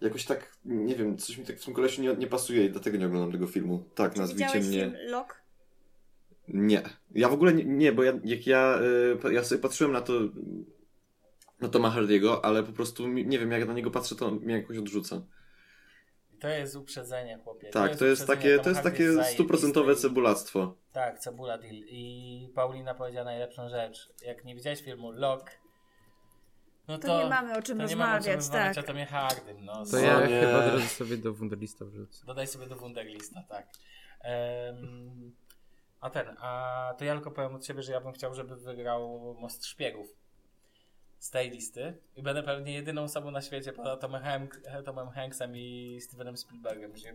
Speaker 2: jakoś tak, nie wiem, coś mi tak w tym kolesiu nie, nie pasuje i dlatego nie oglądam tego filmu. Tak, nazwijcie
Speaker 4: Widziałeś
Speaker 2: mnie...
Speaker 4: film Lock?
Speaker 2: Nie. Ja w ogóle nie, nie bo ja, jak ja, y, pa- ja sobie patrzyłem na to, na Toma Hardiego, ale po prostu mi- nie wiem, jak na niego patrzę, to mnie jakoś odrzuca.
Speaker 1: To jest uprzedzenie, chłopie.
Speaker 2: Tak, to jest
Speaker 1: uprzedzenie,
Speaker 2: takie,
Speaker 1: Tom
Speaker 2: to jest
Speaker 1: Hardy
Speaker 2: takie
Speaker 1: zajebisty
Speaker 2: stuprocentowe
Speaker 1: i-
Speaker 2: cebulactwo.
Speaker 1: Tak, cebula deal. I Paulina powiedziała najlepszą rzecz. Jak nie widziałeś filmu Lock, no to,
Speaker 4: To, nie mamy o czym
Speaker 1: to nie mamy o czym
Speaker 4: rozmawiać,
Speaker 1: rozmawiać,
Speaker 4: tak.
Speaker 1: a to mnie Hardym. No,
Speaker 3: To
Speaker 1: z-
Speaker 3: ja
Speaker 2: nie.
Speaker 3: chyba od razu sobie do Wunderlista wrzucę.
Speaker 1: Dodaj sobie do Wunderlista, tak. Em, a ten, a to ja tylko powiem od siebie, że ja bym chciał, żeby wygrał Most Szpiegów z tej listy i będę pewnie jedyną osobą na świecie poza Tomem, Hank, Tomem Hanksem i Stevenem Spielbergiem, że,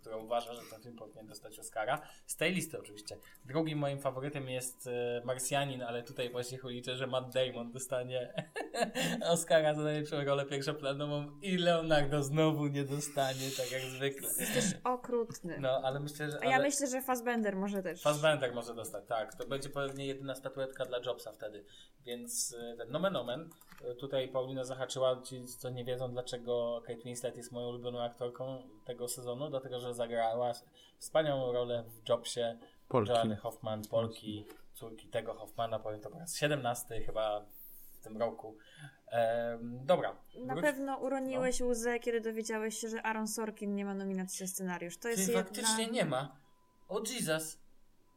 Speaker 1: która uważa, że ten film powinien dostać Oscara. Z tej listy oczywiście. Drugim moim faworytem jest e, Marsjanin, ale tutaj właśnie liczę, że Matt Damon dostanie [laughs] Oscara za najlepszą rolę pierwszoplanową i Leonardo znowu nie dostanie, tak jak zwykle.
Speaker 4: Jesteś okrutny.
Speaker 1: No, ale myślę, że.
Speaker 4: A ja
Speaker 1: ale...
Speaker 4: myślę, że Fassbender może też.
Speaker 1: Fassbender może dostać, tak. To będzie pewnie jedyna statuetka dla Jobsa wtedy. Więc y, ten nomen omen. y, Tutaj Paulina zahaczyła, ci co nie wiedzą dlaczego Kate Winslet jest moją ulubioną aktorką tego sezonu, dlatego że zagrała wspaniałą rolę w Jobsie
Speaker 3: Polki.
Speaker 1: Joanny Hoffman, Polki, córki tego Hoffmana, powiem to po raz 17 chyba w tym roku. Em, dobra.
Speaker 4: Na
Speaker 1: wróć-
Speaker 4: pewno uroniłeś
Speaker 1: No.
Speaker 4: łzę, kiedy dowiedziałeś się, że Aaron Sorkin nie ma nominacji za scenariusz. To jest
Speaker 1: Ty
Speaker 4: jedna...
Speaker 1: faktycznie nie ma. O Jesus.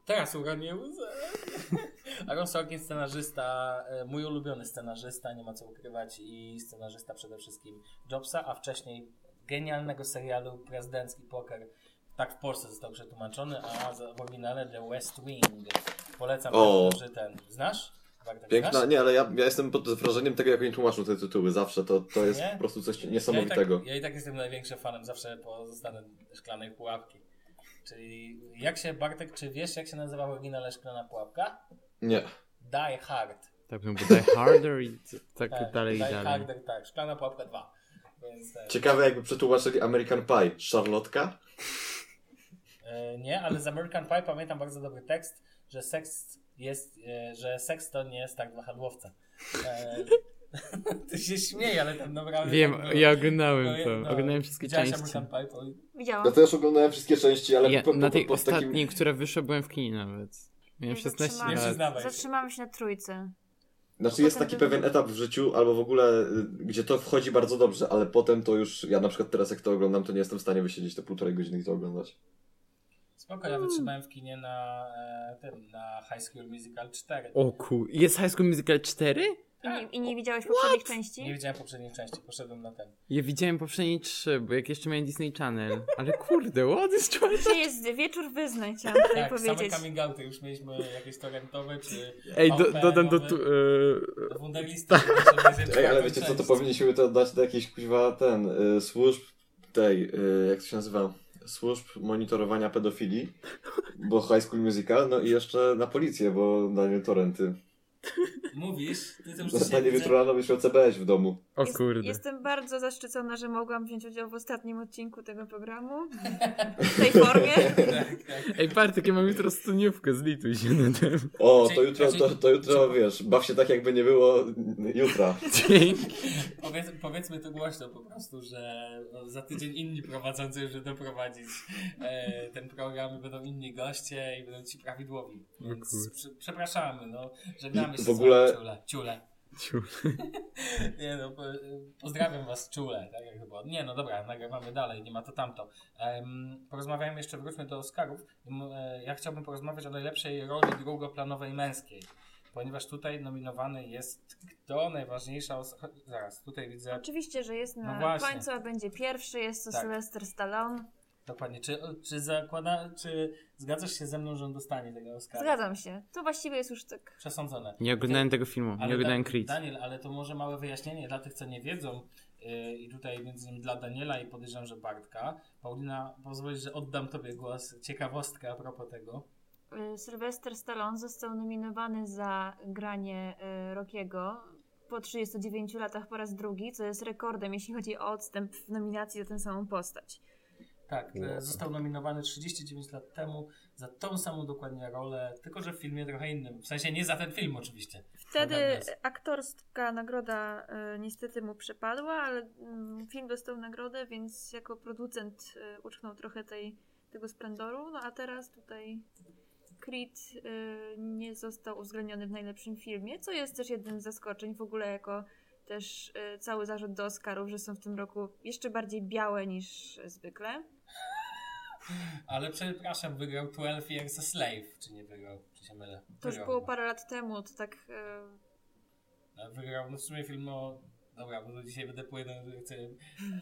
Speaker 1: Teraz uronię łzę. [laughs] Aaron Sorkin, scenarzysta, e, mój ulubiony scenarzysta, nie ma co ukrywać, i scenarzysta przede wszystkim Jobsa, a wcześniej genialnego serialu Prezydencki Poker. Tak w Polsce został przetłumaczony, a za- w oryginale The West Wing. Polecam
Speaker 2: O.
Speaker 1: że ten. Znasz? Bartek,
Speaker 2: Piękna,
Speaker 1: znasz?
Speaker 2: nie, ale ja, ja jestem pod wrażeniem tego, jak oni tłumaczą te tytuły zawsze, to, to jest
Speaker 1: Nie?
Speaker 2: po prostu coś
Speaker 1: Ja i, tak,
Speaker 2: Znaczy, niesamowitego.
Speaker 1: ja i tak jestem największym fanem, zawsze pozostanę szklanej pułapki. Czyli jak się, Bartek, czy wiesz, jak się nazywa w oryginale szklana pułapka?
Speaker 2: Nie.
Speaker 1: Die Hard.
Speaker 3: Tak bym mówił, Die Harder i t- tak dalej i
Speaker 1: Die
Speaker 3: dalej.
Speaker 1: Harder, tak, szklana pułapka 2. Więc, e,
Speaker 2: Ciekawe, jakby przetłumaczyli American Pie. Szarlotka?
Speaker 1: e, nie, ale z American Pie pamiętam bardzo dobry tekst, że seks jest, e, że seks to nie jest tak dla handlowca. E, [laughs] ty się śmieje, ale tam naprawdę...
Speaker 3: Wiem,
Speaker 1: tak było.
Speaker 3: ja oglądałem
Speaker 1: No,
Speaker 3: to.
Speaker 1: no,
Speaker 3: Oglądałem wszystkie
Speaker 1: widziałeś
Speaker 3: części.
Speaker 1: American Pie, to...
Speaker 4: Widziałam.
Speaker 2: Ja też oglądałem wszystkie części, ale
Speaker 3: Ja,
Speaker 2: po, po,
Speaker 3: na tej
Speaker 2: po, po takim...
Speaker 3: ostatniej, która wyszła, byłem w kinie nawet. Miałem
Speaker 4: Nie
Speaker 3: 16
Speaker 4: zatrzymałem.
Speaker 1: Nie
Speaker 3: lat.
Speaker 1: przyznawaj się.
Speaker 4: Zatrzymamy się na trójce.
Speaker 2: Znaczy
Speaker 4: Potem
Speaker 2: jest taki
Speaker 4: to-
Speaker 2: pewien etap w życiu, albo w ogóle, y, gdzie to wchodzi bardzo dobrze, ale potem to już, ja na przykład teraz jak to oglądam, to nie jestem w stanie wysiedzieć te półtorej godziny i to oglądać.
Speaker 1: Spoko, ja wytrzymałem w kinie na e, tym, na High School Musical 4.
Speaker 3: O ku... Jest High School Musical 4?
Speaker 4: I nie, i nie widziałeś poprzednich
Speaker 1: Tak. Nie
Speaker 4: części?
Speaker 1: widziałem poprzedniej części, poszedłem na ten.
Speaker 3: Ja widziałem poprzedniej 3, bo jak jeszcze miałem Disney Channel. Ale kurde, what is choice?
Speaker 4: Dzisiaj jest wieczór wyznań, chciałam tutaj
Speaker 1: Tak, same
Speaker 4: powiedzieć.
Speaker 1: coming outy, już mieliśmy jakieś torrentowe, czy
Speaker 3: Ej, do,
Speaker 1: VPN-owe,
Speaker 3: dodam do tu... e,
Speaker 1: do Wunderlisty. żeby będzie
Speaker 2: Ej, Tak. ale
Speaker 1: czwartą
Speaker 3: Tak,
Speaker 2: wiecie co, to
Speaker 1: część.
Speaker 2: powinniśmy to dać do jakiejś kuźwa, ten, y, służb tej, y, jak to się nazywa, służb monitorowania pedofilii, bo High School Musical, no i jeszcze na policję, bo Daniel Torenty.
Speaker 1: Mówisz, ty to już
Speaker 2: Zostanie
Speaker 1: widzę.
Speaker 2: jutro rano już CBS w domu.
Speaker 3: O
Speaker 4: Jest-
Speaker 3: kurde.
Speaker 4: Jestem bardzo zaszczycona, że mogłam wziąć udział w ostatnim odcinku tego
Speaker 1: [laughs]
Speaker 4: programu. W tej formie.
Speaker 1: [laughs] Tak, tak.
Speaker 3: Ej, Bartek, ja mam jutro studniówkę, zlituj się na tym.
Speaker 2: O,
Speaker 3: Znaczy-
Speaker 1: Czyli-
Speaker 2: to jutro,
Speaker 1: raczej-
Speaker 2: to, to jutro, wiesz, baw się tak jakby nie było jutra.
Speaker 3: Dzięki.
Speaker 1: Powiedz, powiedzmy to głośno po prostu, że no, za tydzień inni prowadzący już będą prowadzić e, ten program i będą inni goście i będą ci prawidłowi. Więc
Speaker 3: kurde.
Speaker 1: przy, przepraszamy, no, żegnamy się
Speaker 2: W ogóle-
Speaker 1: z wami, ciule. ciule.
Speaker 3: Ciu.
Speaker 1: Nie no, po, pozdrawiam was czule, tak jak było. Nie no dobra, nagrywamy dalej, nie ma to tamto. Um, porozmawiajmy jeszcze, wróćmy do Oscarów. M, e, Ja chciałbym porozmawiać o najlepszej roli drugoplanowej męskiej. Ponieważ tutaj nominowany jest kto? Najważniejsza osoba. Zaraz, tutaj widzę
Speaker 4: Oczywiście, że jest
Speaker 1: No
Speaker 4: na
Speaker 1: właśnie.
Speaker 4: końcu, a będzie pierwszy. Jest to
Speaker 1: Tak.
Speaker 4: Sylvester Stallone.
Speaker 1: dokładnie. Czy, czy zakłada, czy zgadzasz się ze mną, że on dostanie tego Oscara?
Speaker 4: Zgadzam się. To właściwie jest już tak.
Speaker 1: Przesądzone.
Speaker 3: Nie oglądałem tego filmu, nie
Speaker 1: Dan-
Speaker 3: oglądałem Creed.
Speaker 1: Daniel, ale to może małe wyjaśnienie dla tych, co nie wiedzą. yy, I tutaj między innymi dla Daniela i podejrzewam, że Bartka. Paulina, pozwolisz, że oddam tobie głos. Ciekawostka a propos tego.
Speaker 4: y, Sylvester Stallone został nominowany za granie y, Rockiego po 39 latach po raz drugi, co jest rekordem, jeśli chodzi o odstęp w nominacji za tę samą postać.
Speaker 1: Tak, e, został nominowany 39 lat temu za tą samą dokładnie rolę, tylko że w filmie trochę innym. W sensie nie za ten film oczywiście.
Speaker 4: Wtedy
Speaker 1: No tak jest.
Speaker 4: aktorska nagroda y, niestety mu przepadła, ale mm, film dostał nagrodę, więc jako producent y, uczknął trochę tej, tego splendoru. No a teraz tutaj Creed y, nie został uwzględniony w najlepszym filmie, co jest też jednym z zaskoczeń w ogóle jako też y, cały zarzut do Oscarów, że są w tym roku jeszcze bardziej białe niż zwykle.
Speaker 1: Ale przepraszam, wygrał 12 Years a Slave, czy nie wygrał, czy się mylę.
Speaker 4: To już
Speaker 1: Wygrał
Speaker 4: było
Speaker 1: chyba.
Speaker 4: parę lat temu, to tak y,
Speaker 1: No, Wygrał, no w sumie film o... Dobra, bo dzisiaj będę płynął. chcę-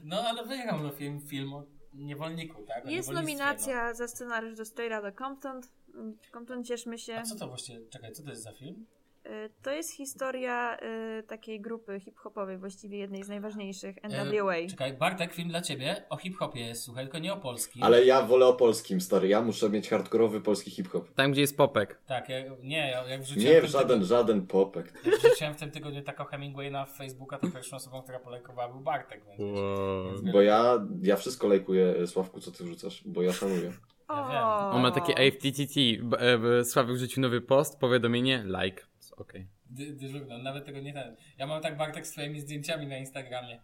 Speaker 1: No ale wygrał no, film, film o niewolniku, tak? O
Speaker 4: Jest
Speaker 1: niewolnictwie,
Speaker 4: nominacja za scenariusz do Straight Outta Compton. Mm, Compton, cieszmy
Speaker 1: No.
Speaker 4: się.
Speaker 1: A co to właściwie, czekaj, co to jest za film?
Speaker 4: Y, To jest historia y, takiej grupy hip-hopowej, właściwie jednej z najważniejszych,
Speaker 1: E,
Speaker 4: NWA.
Speaker 1: Czekaj, Bartek, film dla ciebie o hip-hopie jest, słuchaj, tylko nie o polskim.
Speaker 2: Ale ja wolę o polskim, stary. Ja muszę mieć hardkorowy polski hip-hop.
Speaker 3: Tam, gdzie jest Popek.
Speaker 1: Tak, ja, nie, ja, jak wrzuciłem,
Speaker 2: Nie,
Speaker 1: w tym
Speaker 2: żaden, żaden popek.
Speaker 1: tygodniu- jak wrzuciłem w tym tygodniu taką Hemingway na Facebooka, to pierwszą osobą, która polajkowała był Bartek. Więc
Speaker 3: Wow.
Speaker 2: Bo ja, ja wszystko lejkuję, e, Sławku, co ty wrzucasz, bo ja szanuję.
Speaker 1: ja wiem.
Speaker 4: O.
Speaker 3: On ma takie ej, w TTT, b- e, b- Sławek rzucił nowy post, powiadomienie, like. Okej.
Speaker 1: Dy, dyżurno, nawet tego nie ten. Ja mam tak Bartek z twoimi zdjęciami na Instagramie.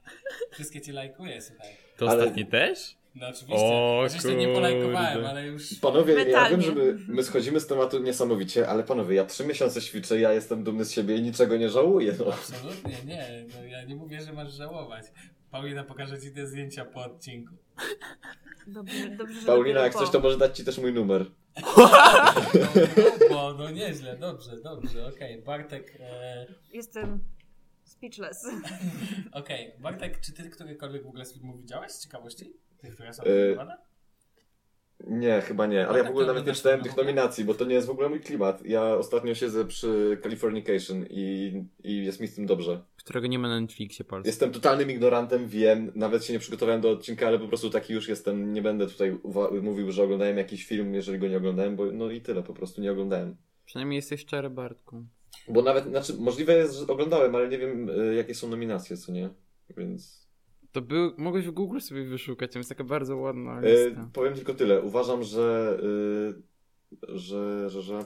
Speaker 1: Wszystkie ci lajkuję, słuchaj.
Speaker 3: To
Speaker 2: Ale-
Speaker 3: ostatni też?
Speaker 1: No oczywiście,
Speaker 3: O,
Speaker 1: oczywiście nie
Speaker 3: kurde.
Speaker 1: polajkowałem, ale już...
Speaker 2: Panowie, ja
Speaker 4: Mentalnie.
Speaker 2: wiem, że my, my schodzimy z tematu niesamowicie, ale panowie, ja trzy miesiące ćwiczę, ja jestem dumny z siebie i niczego nie żałuję. No.
Speaker 1: Absolutnie nie, no ja nie mówię, że masz żałować. Paulina pokaże ci te zdjęcia po odcinku.
Speaker 4: Dobrze, dobrze, że tak
Speaker 2: Paulina,
Speaker 4: dopiero
Speaker 2: jak
Speaker 4: po.
Speaker 2: coś, to może dać ci też mój numer.
Speaker 1: No, bo, no nieźle, dobrze, dobrze, okej. Bartek, e,
Speaker 4: Jestem speechless.
Speaker 1: okej. Bartek, czy ty którykolwiek w ogóle z filmów widziałeś z ciekawości? Tych, które są
Speaker 2: E,
Speaker 1: nominowane?
Speaker 2: Nie, chyba nie, ale ja w ogóle
Speaker 1: Tak,
Speaker 2: nawet
Speaker 1: to
Speaker 2: nie
Speaker 1: też
Speaker 2: czytałem
Speaker 1: nie
Speaker 2: tych
Speaker 1: mogę.
Speaker 2: nominacji, bo to nie jest w ogóle mój klimat. Ja ostatnio siedzę przy Californication i, i jest mi z tym dobrze.
Speaker 3: Którego nie ma na Netflixie polskim.
Speaker 2: Jestem totalnym ignorantem, wiem, nawet się nie przygotowałem do odcinka, ale po prostu taki już jestem. Nie będę tutaj uwa- mówił, że oglądałem jakiś film, jeżeli go nie oglądałem, bo no i tyle, po prostu nie oglądałem.
Speaker 3: Przynajmniej jesteś szczery, Bartku.
Speaker 2: Bo nawet, znaczy, możliwe jest, że oglądałem, ale nie wiem, y, jakie są nominacje, co nie? Więc.
Speaker 3: To był, mogłeś w Google sobie wyszukać, tam jest taka bardzo ładna
Speaker 2: E,
Speaker 3: lista.
Speaker 2: powiem tylko tyle. Uważam, że, y, że, że, że,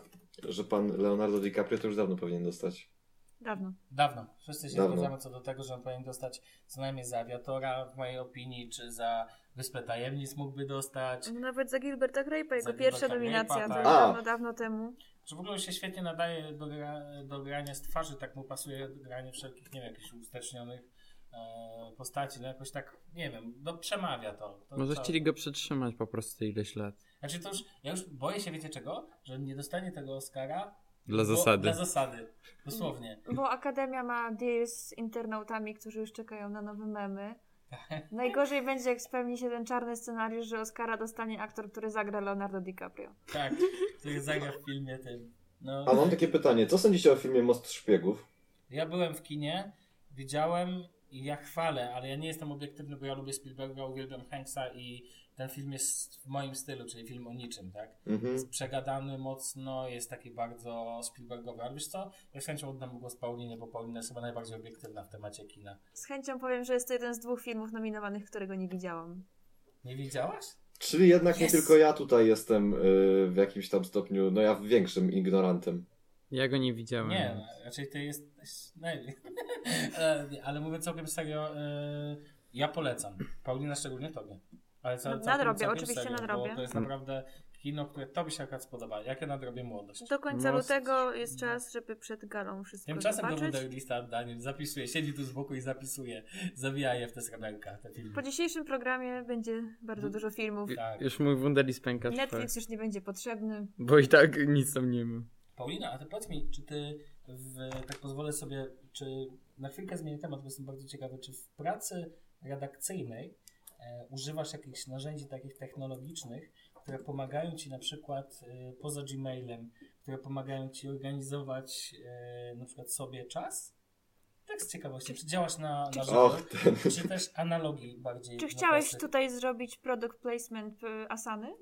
Speaker 2: że pan Leonardo DiCaprio to już dawno powinien dostać.
Speaker 4: Dawno.
Speaker 1: Dawno. Wszyscy się
Speaker 2: Dawno.
Speaker 1: zgadzamy co do tego, że on powinien dostać co najmniej za Awiatora, w mojej opinii, czy za Wyspę Tajemnic mógłby dostać.
Speaker 4: No Nawet za Gilberta Grape'a,
Speaker 1: Za
Speaker 4: jego pierwsza
Speaker 1: Gilberta
Speaker 4: nominacja,
Speaker 1: Grape'a,
Speaker 4: to
Speaker 1: tak.
Speaker 2: A.
Speaker 4: dawno, dawno temu.
Speaker 1: Czy w ogóle się świetnie nadaje do, gra, do grania z twarzy, tak mu pasuje granie wszelkich, nie wiem, jakichś ustecznionych e, postaci, no jakoś tak, nie wiem, no przemawia to. to
Speaker 3: Może
Speaker 1: co?
Speaker 3: chcieli go przetrzymać po prostu ileś lat.
Speaker 1: Znaczy to już, ja już boję się, wiecie czego? Że on nie dostanie tego Oscara.
Speaker 3: Dla
Speaker 1: bo-
Speaker 3: zasady.
Speaker 1: Dla zasady, dosłownie.
Speaker 4: Bo Akademia ma deal z internautami, którzy już czekają na nowe memy. Najgorzej będzie, jak spełni się ten czarny scenariusz, że Oscara dostanie aktor, który zagra Leonardo DiCaprio.
Speaker 1: Tak, który zagra w filmie tym. No.
Speaker 2: A mam takie pytanie, co sądzicie o filmie Most Szpiegów?
Speaker 1: Ja byłem w kinie, widziałem i ja chwalę, ale ja nie jestem obiektywny, bo ja lubię Spielberga, uwielbiam Hanksa i Ten film jest w moim stylu, czyli film o niczym, tak?
Speaker 2: Mhm.
Speaker 1: Jest przegadany mocno, jest taki bardzo Spielbergowy. Ale wiesz co? Ja z chęcią oddam głos Paulinie, bo Paulina jest chyba najbardziej obiektywna w temacie kina.
Speaker 4: Z chęcią powiem, że jest to jeden z dwóch filmów nominowanych, którego nie widziałam.
Speaker 1: Nie widziałaś?
Speaker 2: Czyli jednak nie
Speaker 4: Yes.
Speaker 2: tylko ja tutaj jestem y, w jakimś tam stopniu, no ja w większym ignorantem.
Speaker 3: Ja go nie widziałem.
Speaker 1: Nie, no, raczej ty jesteś Nelly. E, nie, [laughs] Ale mówię całkiem serio, e, ja polecam. Paulina szczególnie tobie. Ale ca-
Speaker 4: No,
Speaker 1: całkiem-
Speaker 4: nadrobię,
Speaker 1: całkiem
Speaker 4: oczywiście
Speaker 1: serio,
Speaker 4: nadrobię.
Speaker 1: Bo to jest naprawdę kino, które tobie się akurat spodoba. Jak ja nadrobię młodość.
Speaker 4: Do końca
Speaker 3: No,
Speaker 4: lutego jest czas, żeby przed galą wszystko
Speaker 1: Tymczasem do
Speaker 4: zobaczyć.
Speaker 1: Wunderlista Daniel zapisuje, siedzi tu z boku i zapisuje, zawija je w te skradełka, te filmy.
Speaker 4: Po dzisiejszym programie będzie bardzo dużo filmów.
Speaker 3: Ju-
Speaker 1: tak.
Speaker 3: Już mój Wunderlist pęka w
Speaker 4: Netflix
Speaker 3: szwach,
Speaker 4: już nie będzie potrzebny.
Speaker 3: Bo i tak nic tam nie ma.
Speaker 1: Paulina, a ty powiedz mi, czy ty, w, tak pozwolę sobie, czy na chwilkę zmienię temat, bo jestem bardzo ciekawy, czy w pracy redakcyjnej e, używasz jakichś narzędzi takich technologicznych, które pomagają ci na przykład e, poza Gmailem, które pomagają ci organizować e, na przykład sobie czas? Tak z ciekawości, czy działasz na, na
Speaker 2: Och,
Speaker 1: żywo,
Speaker 2: ten.
Speaker 1: czy też analogii bardziej?
Speaker 4: Czy
Speaker 1: na
Speaker 4: chciałeś
Speaker 1: prostych-
Speaker 4: tutaj zrobić product placement y, Asany?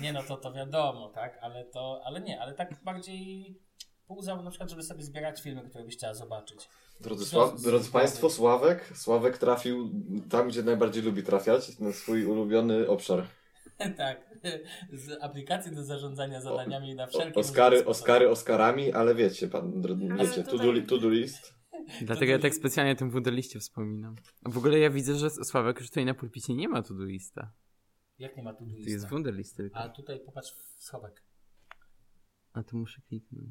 Speaker 1: nie no, to to wiadomo, tak, ale to, ale nie, ale tak bardziej pół za, na przykład, żeby sobie zbierać filmy, które byś chciała zobaczyć. [laughs]
Speaker 2: Drodzy,
Speaker 1: Co-
Speaker 2: Sław, drodzy
Speaker 1: co-
Speaker 2: Państwo, Sławek, Sławek trafił tam, gdzie najbardziej lubi trafiać, na swój ulubiony obszar.
Speaker 1: tak, z aplikacji do zarządzania zadaniami na wszelkie
Speaker 2: O, Oscary,
Speaker 1: możliwe sposoby.
Speaker 2: Oscary, Oscarami, ale wiecie, pan, drodzy-
Speaker 4: Ale
Speaker 2: wiecie, to tak.
Speaker 4: tutaj-
Speaker 2: do, li- to do list.
Speaker 3: Dlatego ja tak specjalnie o tym Wunderliście wspominam. A w ogóle ja widzę, że Sławek już tutaj na pulpicie nie ma Todoista.
Speaker 1: Jak nie ma tu
Speaker 3: To jest
Speaker 1: lista?
Speaker 3: Wunderlist tylko.
Speaker 1: A tutaj popatrz w schowek.
Speaker 3: A to muszę kliknąć.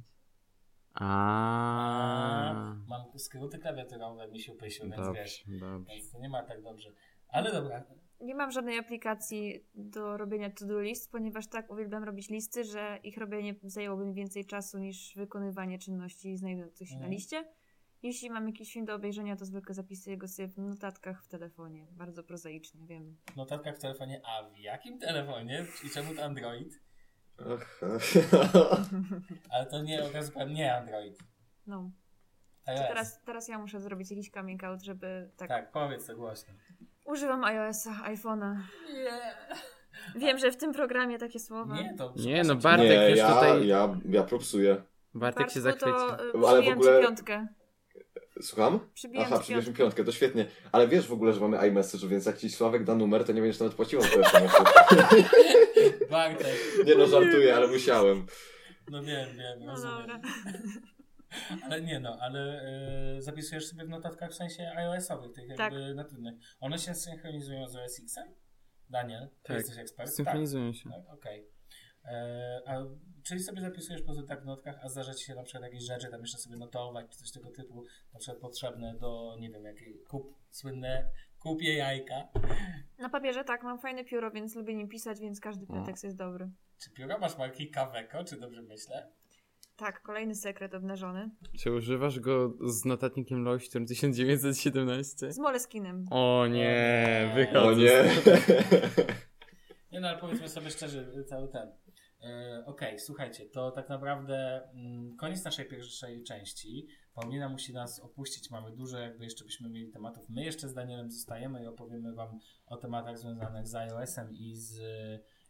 Speaker 3: A.
Speaker 1: Mam skróty klawiaturowe, mi się pysił, więc
Speaker 3: Dobrze,
Speaker 1: wiesz,
Speaker 3: dobrze.
Speaker 1: więc to nie ma tak dobrze. Ale dobra,
Speaker 4: Nie mam żadnej aplikacji do robienia to-do list, ponieważ tak uwielbiam robić listy, że ich robienie zajęłoby mi więcej czasu niż wykonywanie czynności znajdujących się na
Speaker 1: Mhm.
Speaker 4: liście. Jeśli mam jakiś film do obejrzenia, to zwykle zapisuję go sobie w notatkach w telefonie. Bardzo prozaicznie, wiem.
Speaker 1: w notatkach w telefonie, a w jakim telefonie? I czemu to Android?
Speaker 2: Aha.
Speaker 1: Ale to nie, od razu powiem, nie Android.
Speaker 4: No.
Speaker 1: iOS.
Speaker 4: Teraz, teraz ja muszę zrobić jakiś coming out, żeby tak.
Speaker 1: Tak, powiedz to głośno.
Speaker 4: Używam iOS-a, iPhone'a.
Speaker 1: Nie.
Speaker 4: Wiem, że w tym programie takie słowa.
Speaker 1: Nie, to
Speaker 3: Nie,
Speaker 1: przepraszam
Speaker 3: no
Speaker 1: cię.
Speaker 3: [laughs] Bartek,
Speaker 2: Nie,
Speaker 3: wiesz,
Speaker 2: ja,
Speaker 3: tutaj-
Speaker 2: ja, ja propsuję.
Speaker 3: Bartek się
Speaker 4: Bartku,
Speaker 3: zachwycił.
Speaker 4: to y,
Speaker 2: Ale w
Speaker 4: przybijam
Speaker 2: ogóle-
Speaker 4: ci piątkę.
Speaker 2: Słucham?
Speaker 4: Przybijam
Speaker 2: Aha,
Speaker 4: ci piątkę.
Speaker 2: przybiliśmy piątkę, to świetnie. Ale wiesz w ogóle, że mamy iMessage, więc jak ci Sławek da numer, to nie będziesz nawet płaciła za to SMS.
Speaker 1: Bartek,
Speaker 2: [laughs] Nie no, żartuję, ale musiałem.
Speaker 1: no wiem, wiem,
Speaker 4: No
Speaker 1: rozumiem.
Speaker 4: dobra.
Speaker 1: Ale nie no, ale y, zapisujesz sobie w notatkach w sensie iOS-owych, tych
Speaker 4: Tak.
Speaker 1: jakby natywnych. One się synchronizują z OS X-em? Daniel, ty
Speaker 3: Tak.
Speaker 1: jesteś ekspert?
Speaker 3: Synchronizują się.
Speaker 1: Tak, tak okej. E, a Czyli sobie zapisujesz po prostu tak w notkach, a zdarza ci się na przykład jakieś rzeczy tam jeszcze sobie notować, czy coś tego typu, na przykład potrzebne do, nie wiem, jakiej, kup, słynne, kupię jajka.
Speaker 4: Na papierze tak, mam fajne pióro, więc lubię nim pisać, więc każdy pretekst jest dobry.
Speaker 1: Czy pióra masz marki Kaweko, czy dobrze myślę?
Speaker 4: Tak, kolejny sekret obnażony.
Speaker 3: Czy używasz go z notatnikiem Leuchtturm 1917?
Speaker 4: Z Moleskinem.
Speaker 3: O nie, [laughs]
Speaker 2: O
Speaker 3: wychodzę.
Speaker 2: nie.
Speaker 1: Nie no, ale powiedzmy sobie szczerze, y, cały ten. Yy, Okej, słuchajcie, to tak naprawdę mm, koniec naszej pierwszej części. Paulina musi nas opuścić, mamy dużo, jakby jeszcze byśmy mieli tematów. My jeszcze z Danielem zostajemy i opowiemy Wam o tematach związanych z iOS-em i z...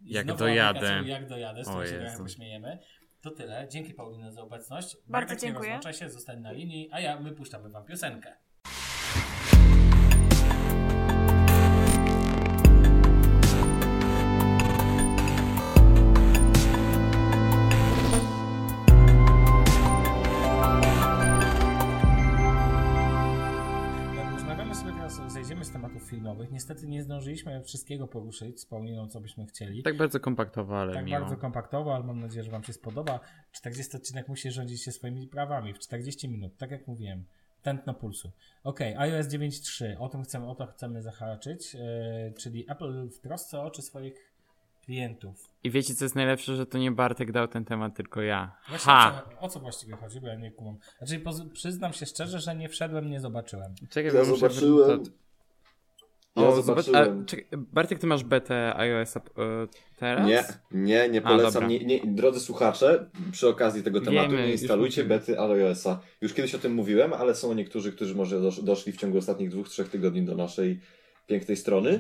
Speaker 1: I
Speaker 3: Jak
Speaker 1: z nową
Speaker 3: dojadę.
Speaker 1: aplikacją Jak dojadę, z
Speaker 3: O
Speaker 1: tym się trochę
Speaker 3: Jezu.
Speaker 1: pośmiejemy. To tyle, dzięki Paulina za obecność. Bartek,
Speaker 4: dziękuję.
Speaker 1: nie rozłączaj się, zostań na linii, a ja, my puszczamy Wam piosenkę. Rozmawiamy sobie teraz, zejdziemy z tematów filmowych. Niestety nie zdążyliśmy wszystkiego poruszyć z Pauliną, co byśmy chcieli.
Speaker 3: Tak bardzo kompaktowo, ale
Speaker 1: Tak
Speaker 3: miło.
Speaker 1: bardzo kompaktowo, ale mam nadzieję, że Wam się spodoba. 40 odcinek musi rządzić się swoimi prawami w 40 minut, tak jak mówiłem. Tętno pulsu. Okej, iOS 9.3, o tym chcemy, o to chcemy zahaczyć, yy, czyli Apple w trosce o oczy swoich klientów.
Speaker 3: I wiecie, co jest najlepsze, że to nie Bartek dał ten temat, tylko ja.
Speaker 1: Właśnie
Speaker 3: Ha!
Speaker 1: co, o co właściwie chodzi, bo ja nie kumam. Znaczy poz- przyznam się szczerze, że nie wszedłem, nie zobaczyłem.
Speaker 3: Czekaj,
Speaker 2: Ja
Speaker 3: bo muszę
Speaker 2: zobaczyłem.
Speaker 3: wr-
Speaker 2: Ja
Speaker 3: O, zobaczyłem.
Speaker 2: zobaczyłem.
Speaker 3: A, czekaj, Bartek, ty masz betę iOS-a e, teraz?
Speaker 2: Nie, nie, nie
Speaker 3: A, dobra.
Speaker 2: polecam. Nie, nie, drodzy słuchacze, przy okazji tego
Speaker 3: Wiemy,
Speaker 2: tematu nie
Speaker 3: już
Speaker 2: instalujcie
Speaker 3: mówimy.
Speaker 2: bety iOS-a. Już kiedyś o tym mówiłem, ale są niektórzy, którzy może dosz, doszli w ciągu ostatnich dwóch, trzech tygodni do naszej pięknej strony.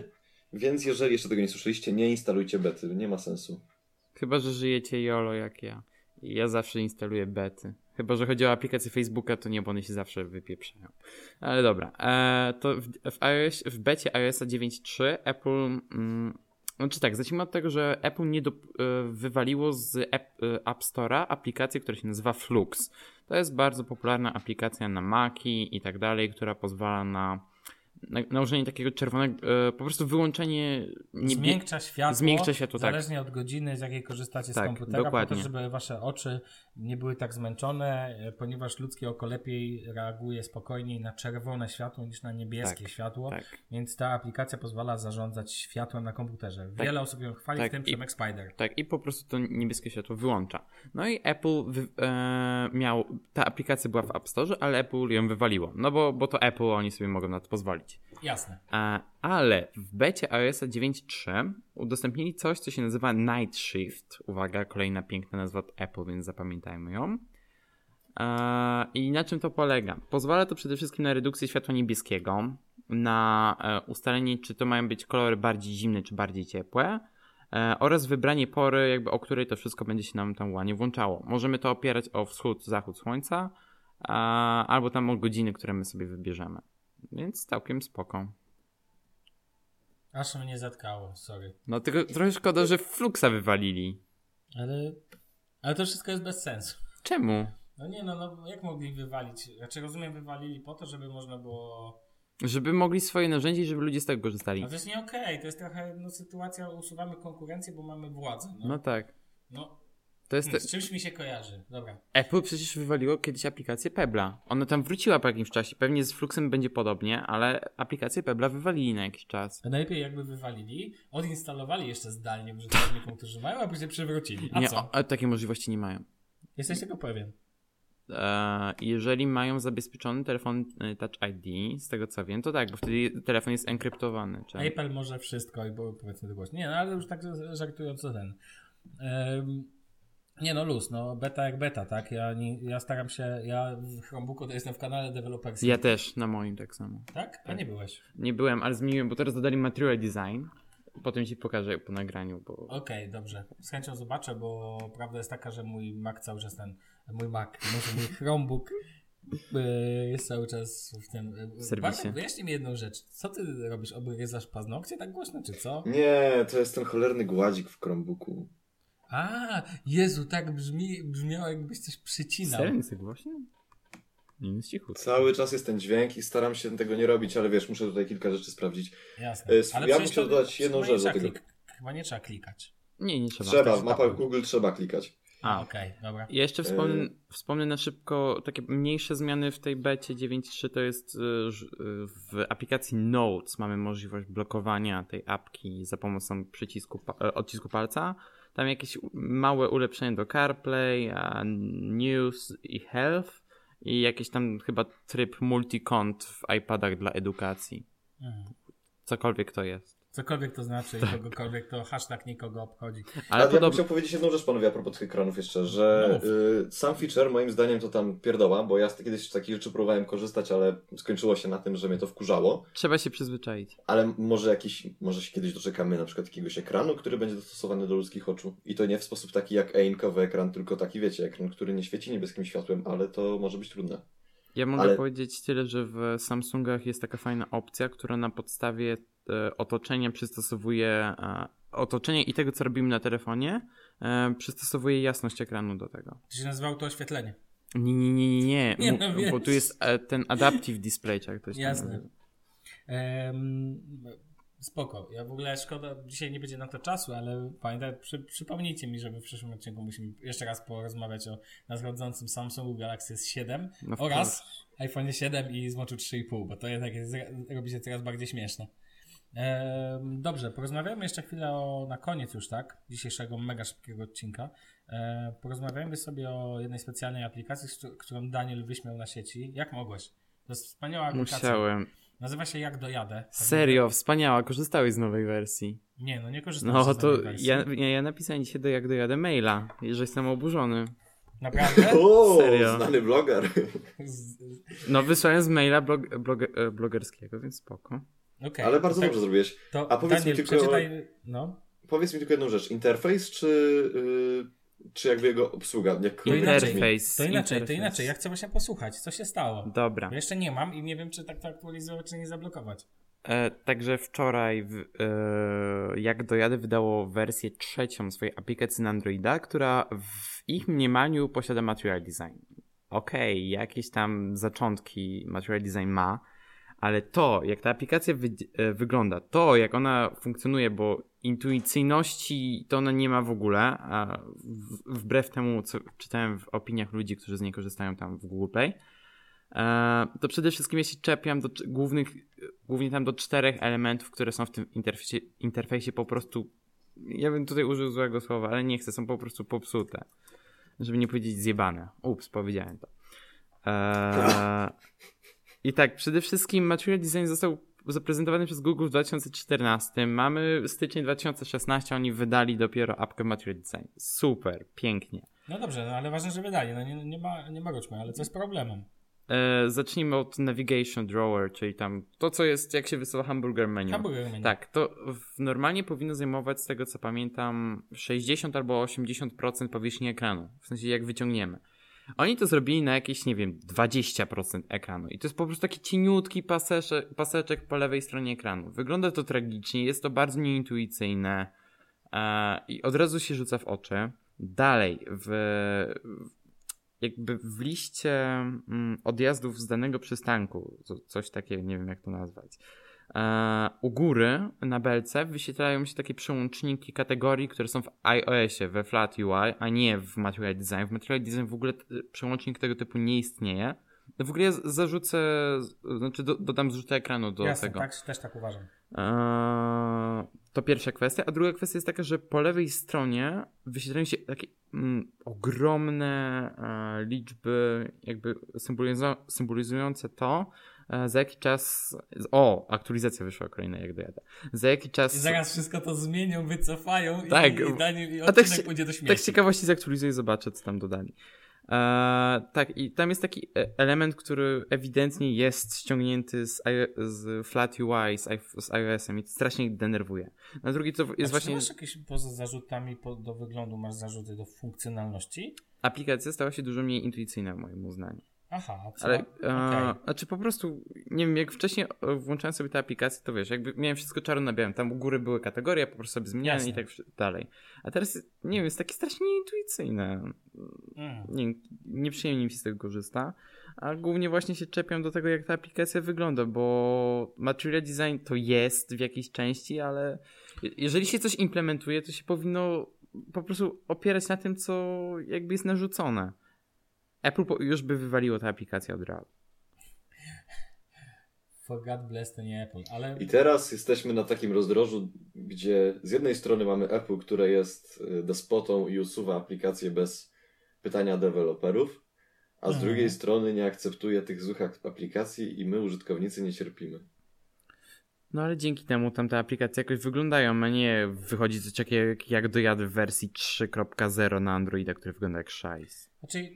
Speaker 2: Więc jeżeli jeszcze tego nie słyszeliście, nie instalujcie bety, nie ma sensu.
Speaker 3: Chyba, że żyjecie YOLO jak ja. Ja zawsze instaluję bety. Chyba, że chodzi o aplikację Facebooka, to nie, bo one się zawsze wypieprzają. Ale dobra. E, to w, w, iOS, w becie iOSa 9.3 Apple... Mm, znaczy tak, zacznijmy od tego, że Apple nie dop- e, wywaliło z App, e, App Store'a aplikację, która się nazywa Flux. To jest bardzo popularna aplikacja na Maci i tak dalej, która pozwala na, na nałożenie takiego czerwonego... E, po prostu wyłączenie... niebie-
Speaker 1: Zmiękcza światło.
Speaker 3: Zmiękcza światło, tak.
Speaker 1: Zależnie od godziny, z jakiej korzystacie
Speaker 3: Tak,
Speaker 1: z komputera,
Speaker 3: dokładnie.
Speaker 1: po to, żeby wasze oczy nie były tak zmęczone, e, ponieważ ludzkie oko lepiej reaguje spokojniej na czerwone światło niż na niebieskie
Speaker 3: Tak,
Speaker 1: światło,
Speaker 3: Tak.
Speaker 1: więc ta aplikacja pozwala zarządzać światłem na komputerze. Wiele osób ją chwali, w
Speaker 3: Tak,
Speaker 1: tym
Speaker 3: i-
Speaker 1: Przemek Spider.
Speaker 3: Tak, i po prostu to niebieskie światło wyłącza. No i Apple wy, e, miał, ta aplikacja była w App Store, ale Apple ją wywaliło. No bo, bo to Apple, oni sobie mogą na to pozwolić.
Speaker 1: Jasne.
Speaker 3: E, ale w becie iOS 9.3 udostępnili coś, co się nazywa Night Shift. Uwaga, kolejna piękna nazwa od Apple, więc zapamiętajmy ją. E, I na czym to polega? Pozwala to przede wszystkim na redukcję światła niebieskiego, na e, ustalenie, czy to mają być kolory bardziej zimne, czy bardziej ciepłe, e, oraz wybranie pory, jakby o której to wszystko będzie się nam tam ładnie włączało. Możemy to opierać o wschód, zachód słońca, e, albo tam o godziny, które my sobie wybierzemy. Więc całkiem spoko.
Speaker 1: Aż mnie zatkało, sorry.
Speaker 3: No tylko trochę szkoda, że Fluxa wywalili.
Speaker 1: Ale, ale to wszystko jest bez sensu.
Speaker 3: Czemu?
Speaker 1: No nie no, no jak mogli wywalić? Znaczy rozumiem, wywalili po to, żeby można było...
Speaker 3: Żeby mogli swoje narzędzie i żeby ludzie z tego korzystali.
Speaker 1: No to jest nie okej, to jest trochę no, sytuacja, usuwamy konkurencję, bo mamy władzę. No,
Speaker 3: No
Speaker 1: no,
Speaker 3: tak. To jest...
Speaker 1: hmm, z czymś mi się kojarzy, dobra.
Speaker 3: Apple przecież wywaliło kiedyś aplikację Pebla. Ona tam wróciła po jakimś czasie. Pewnie z Fluxem będzie podobnie, ale aplikację Pebla wywalili na jakiś czas.
Speaker 1: A najlepiej jakby wywalili, odinstalowali jeszcze zdalnie użytkownikom, którzy mają, a później przywrócili. A
Speaker 3: nie,
Speaker 1: co?
Speaker 3: o- takiej możliwości nie mają.
Speaker 1: Jesteś tego pewien.
Speaker 3: E, jeżeli mają zabezpieczony telefon e, Touch ID, z tego co wiem, to tak, bo wtedy telefon jest tak. enkryptowany. Czy...
Speaker 1: Apple może wszystko i było powiedzmy to głośno. Nie, no ale już tak żartując o ten. Em, nie no, luz, no beta jak beta, tak? Ja, nie, ja staram się, ja w Chromebooku to jestem w kanale deweloperskim,
Speaker 3: Ja też, na moim tak samo.
Speaker 1: tak? A nie byłeś.
Speaker 3: Nie byłem, ale zmieniłem, bo teraz dodali material design. Potem ci pokażę po nagraniu, bo...
Speaker 1: Okej, dobrze. Z chęcią zobaczę, bo prawda jest taka, że mój Mac cały czas ten, mój Mac, może mój Chromebook e, jest cały czas w tym... e,
Speaker 3: serwisie.
Speaker 1: Bartek, wyjaśnij mi jedną rzecz. Co ty robisz? Obryzasz paznokcie tak głośno, czy co?
Speaker 2: Nie, to jest ten cholerny gładzik w Chromebooku.
Speaker 1: A, Jezu, tak brzmi, brzmiało jakbyś coś przycinał.
Speaker 3: Serio, jest tak głośno? Nie, jest cicho.
Speaker 2: Cały czas jest ten dźwięk i staram się tego nie robić, ale wiesz, muszę tutaj kilka rzeczy sprawdzić.
Speaker 1: Jasne.
Speaker 2: E, s- ja bym
Speaker 1: przecież
Speaker 2: chciał
Speaker 1: to-
Speaker 2: dodać jedną
Speaker 1: chyba nie
Speaker 2: rzecz do
Speaker 1: trzeba
Speaker 2: tego.
Speaker 1: klik- Chyba nie trzeba klikać.
Speaker 3: Nie, nie trzeba.
Speaker 2: Trzeba,
Speaker 3: To
Speaker 2: w
Speaker 3: jest
Speaker 2: mapach
Speaker 3: Apple.
Speaker 2: Google trzeba klikać.
Speaker 1: A,
Speaker 3: A.
Speaker 1: okej, dobra.
Speaker 3: Ja jeszcze wspomnę,
Speaker 2: Yy.
Speaker 3: wspomnę na szybko takie mniejsze zmiany w tej becie 9.3 to jest y, ż- y, w aplikacji Notes mamy możliwość blokowania tej apki za pomocą przycisku pa- y, odcisku palca. Tam jakieś u- małe ulepszenie do CarPlay, a, News i Health i jakiś tam chyba tryb multicont w iPadach dla edukacji.
Speaker 1: Mhm.
Speaker 3: Cokolwiek to jest.
Speaker 1: Cokolwiek to znaczy
Speaker 3: Tak.
Speaker 1: i kogokolwiek to hashtag nikogo obchodzi.
Speaker 2: Ale,
Speaker 3: Ale
Speaker 2: ja bym
Speaker 3: podobno
Speaker 2: chciał powiedzieć jedną rzecz, panowie, a propos tych ekranów jeszcze, że
Speaker 1: No
Speaker 2: y, sam feature moim zdaniem to tam pierdoła, bo ja kiedyś z takich rzeczy próbowałem korzystać, ale skończyło się na tym, że mnie to wkurzało.
Speaker 3: trzeba się przyzwyczaić.
Speaker 2: Ale może jakiś, może się kiedyś doczekamy na przykład jakiegoś ekranu, który będzie dostosowany do ludzkich oczu. I to nie w sposób taki jak einkowy ekran, tylko taki, wiecie, ekran, który nie świeci niebieskim światłem, ale to może być trudne.
Speaker 3: Ja mogę
Speaker 2: Ale-
Speaker 3: powiedzieć tyle, że w Samsungach jest taka fajna opcja, która na podstawie e, otoczenia przystosowuje e, otoczenie i tego, co robimy na telefonie, e, przystosowuje jasność ekranu do tego.
Speaker 1: To się nazywało to oświetlenie.
Speaker 3: Nie, nie, nie, nie, nie.
Speaker 1: Nie,
Speaker 3: Mu-
Speaker 1: no wiesz.
Speaker 3: bo tu jest e, ten adaptive display, czy jak to się
Speaker 1: Jasne.
Speaker 3: nazywa.
Speaker 1: Em, spoko. Ja w ogóle szkoda, dzisiaj nie będzie na to czasu, ale pamiętaj, przy, przypomnijcie mi, żeby w przyszłym odcinku musimy jeszcze raz porozmawiać o nadchodzącym Samsungu Galaxy S7
Speaker 3: No w
Speaker 1: oraz iPhone 7 i złączu 3,5, bo to jednak jest, robi się coraz bardziej śmieszne. Em, dobrze, porozmawiamy jeszcze chwilę o, na koniec już, tak? Dzisiejszego mega szybkiego odcinka. E, porozmawiajmy sobie o jednej specjalnej aplikacji, z któ- którą Daniel wyśmiał na sieci. Jak mogłeś? To jest wspaniała aplikacja.
Speaker 3: Musiałem.
Speaker 1: Nazywa się Jak dojadę.
Speaker 3: Serio, wspaniała, korzystałeś z nowej wersji.
Speaker 1: Nie, no nie korzystam
Speaker 3: No
Speaker 1: z
Speaker 3: to
Speaker 1: tej wersji.
Speaker 3: ja, ja, ja napisałem dzisiaj do jak dojadę maila, że jestem oburzony.
Speaker 1: Naprawdę?
Speaker 2: [laughs] O,
Speaker 3: Serio?
Speaker 2: znany vloger.
Speaker 1: Z- z-
Speaker 3: No wysłałem z maila blog, blog, e, blogerskiego, więc spoko.
Speaker 5: Okej,
Speaker 2: Ale bardzo
Speaker 5: tak,
Speaker 2: dobrze zrobiłeś.
Speaker 5: To,
Speaker 2: A powiedz mi
Speaker 5: Daniel,
Speaker 2: tylko-
Speaker 5: przeczytaj, no.
Speaker 2: Powiedz mi tylko jedną rzecz. Interfejs czy, yy, czy jakby jego obsługa? Jak
Speaker 5: To inaczej.
Speaker 3: Interfejs.
Speaker 5: To inaczej, to
Speaker 3: interfejs.
Speaker 5: inaczej. Ja chcę właśnie posłuchać, co się stało.
Speaker 3: Dobra.
Speaker 5: Ja jeszcze nie mam i nie wiem, czy tak to aktualizować, czy nie zablokować.
Speaker 3: E, także wczoraj, w, e, jak dojadę, wydało wersję trzecią swojej aplikacji na Androida, która w ich mniemaniu posiada material design. Okej, jakieś tam zaczątki material design ma, ale to, jak ta aplikacja wydzie- e, wygląda, to, jak ona funkcjonuje, bo intuicyjności to ona nie ma w ogóle, a w, wbrew temu, co czytałem w opiniach ludzi, którzy z niej korzystają tam w Google Play, e, to przede wszystkim ja się czepiam do cz- głównych głównie tam do czterech elementów, które są w tym interfejsie, interfejsie po prostu. Ja bym tutaj użył złego słowa, ale nie chcę, są po prostu popsute. Żeby nie powiedzieć zjebane. Ups, powiedziałem to. Eee, I tak, przede wszystkim Material Design został zaprezentowany przez Google w 2014. Mamy styczeń 2016, oni wydali dopiero apkę Material Design. Super, pięknie.
Speaker 5: No dobrze, no ale ważne, że wydali. No nie, nie, ma, nie maruczmy, ale co jest problemem?
Speaker 3: Eee, zacznijmy od Navigation Drawer, czyli tam to, co jest, jak się wysyła hamburger menu.
Speaker 5: Hamburger menu.
Speaker 3: Tak, to w, normalnie powinno zajmować, z tego co pamiętam, 60 albo 80% powierzchni ekranu. W sensie jak wyciągniemy. Oni to zrobili na jakieś, nie wiem, 20% ekranu. I to jest po prostu taki cieniutki pasesze, paseczek po lewej stronie ekranu. Wygląda to tragicznie, jest to bardzo nieintuicyjne e, i od razu się rzuca w oczy. Dalej, w, w- jakby w liście mm, odjazdów z danego przystanku, co, coś takiego, nie wiem jak to nazwać, E, u góry na belce wyświetlają się takie przełączniki kategorii, które są w iOSie, we Flat UI, a nie w Material Design. W Material Design w ogóle t- przełącznik tego typu nie istnieje. No w ogóle ja z- zarzucę, z- znaczy do, dodam zrzutę ekranu do
Speaker 5: Jasne,
Speaker 3: tego.
Speaker 5: tak, też tak uważam.
Speaker 3: Eee, To pierwsza kwestia. A druga kwestia jest taka, że po lewej stronie wyświetlają się takie mm, ogromne e, liczby, jakby symbolizo- symbolizujące to, e, za jaki czas. O, aktualizacja wyszła kolejna, jak dojadę. Za jaki czas.
Speaker 5: I zaraz wszystko to zmienią, wycofają i,
Speaker 3: Tak.
Speaker 5: i, i, Daniel, i
Speaker 3: A tak
Speaker 5: odcinek
Speaker 3: się-
Speaker 5: pójdzie do
Speaker 3: Tak
Speaker 5: śmiechu.
Speaker 3: z ciekawości zaktualizuję, zobaczę, co tam dodali. Eee, tak, i tam jest taki e, element, który ewidentnie jest ściągnięty z, i- z Flat UI, z, i- z iOS-em i to strasznie denerwuje. Na drugi to
Speaker 5: A czy
Speaker 3: jest właśnie,
Speaker 5: masz jakieś poza zarzutami po, do wyglądu, masz zarzuty do funkcjonalności?
Speaker 3: aplikacja stała się dużo mniej intuicyjna w moim uznaniu.
Speaker 5: Aha, a co?
Speaker 3: Ale, e,
Speaker 5: Okej.
Speaker 3: znaczy po prostu, nie wiem, jak wcześniej e, włączałem sobie te aplikacje, to wiesz, jakby miałem wszystko czarno na białym, tam u góry były kategorie, po prostu sobie zmieniałem
Speaker 5: Jasne.
Speaker 3: i tak wszy- dalej. A teraz, nie wiem, jest takie strasznie nieintuicyjne.
Speaker 5: Mm.
Speaker 3: nie, nieprzyjemnie mi się z tego korzysta. A głównie właśnie się czepiam do tego, jak ta aplikacja wygląda, bo material design to jest w jakiejś części, ale je- jeżeli się coś implementuje, to się powinno po prostu opierać na tym, co jakby jest narzucone. Apple po- już by wywaliło tę aplikację od razu.
Speaker 5: For God bless, to nie Apple. Ale
Speaker 2: I teraz jesteśmy na takim rozdrożu, gdzie z jednej strony mamy Apple, które jest y, despotą i usuwa aplikacje bez pytania deweloperów, a z
Speaker 5: Mhm.
Speaker 2: drugiej strony nie akceptuje tych złych ak- aplikacji i my, użytkownicy, nie cierpimy.
Speaker 3: No ale dzięki temu tam te aplikacje jakoś wyglądają, a nie wychodzi coś takiego jak, jak dojadę w wersji 3.0 na Androida, który wygląda jak szajs.
Speaker 5: Znaczy,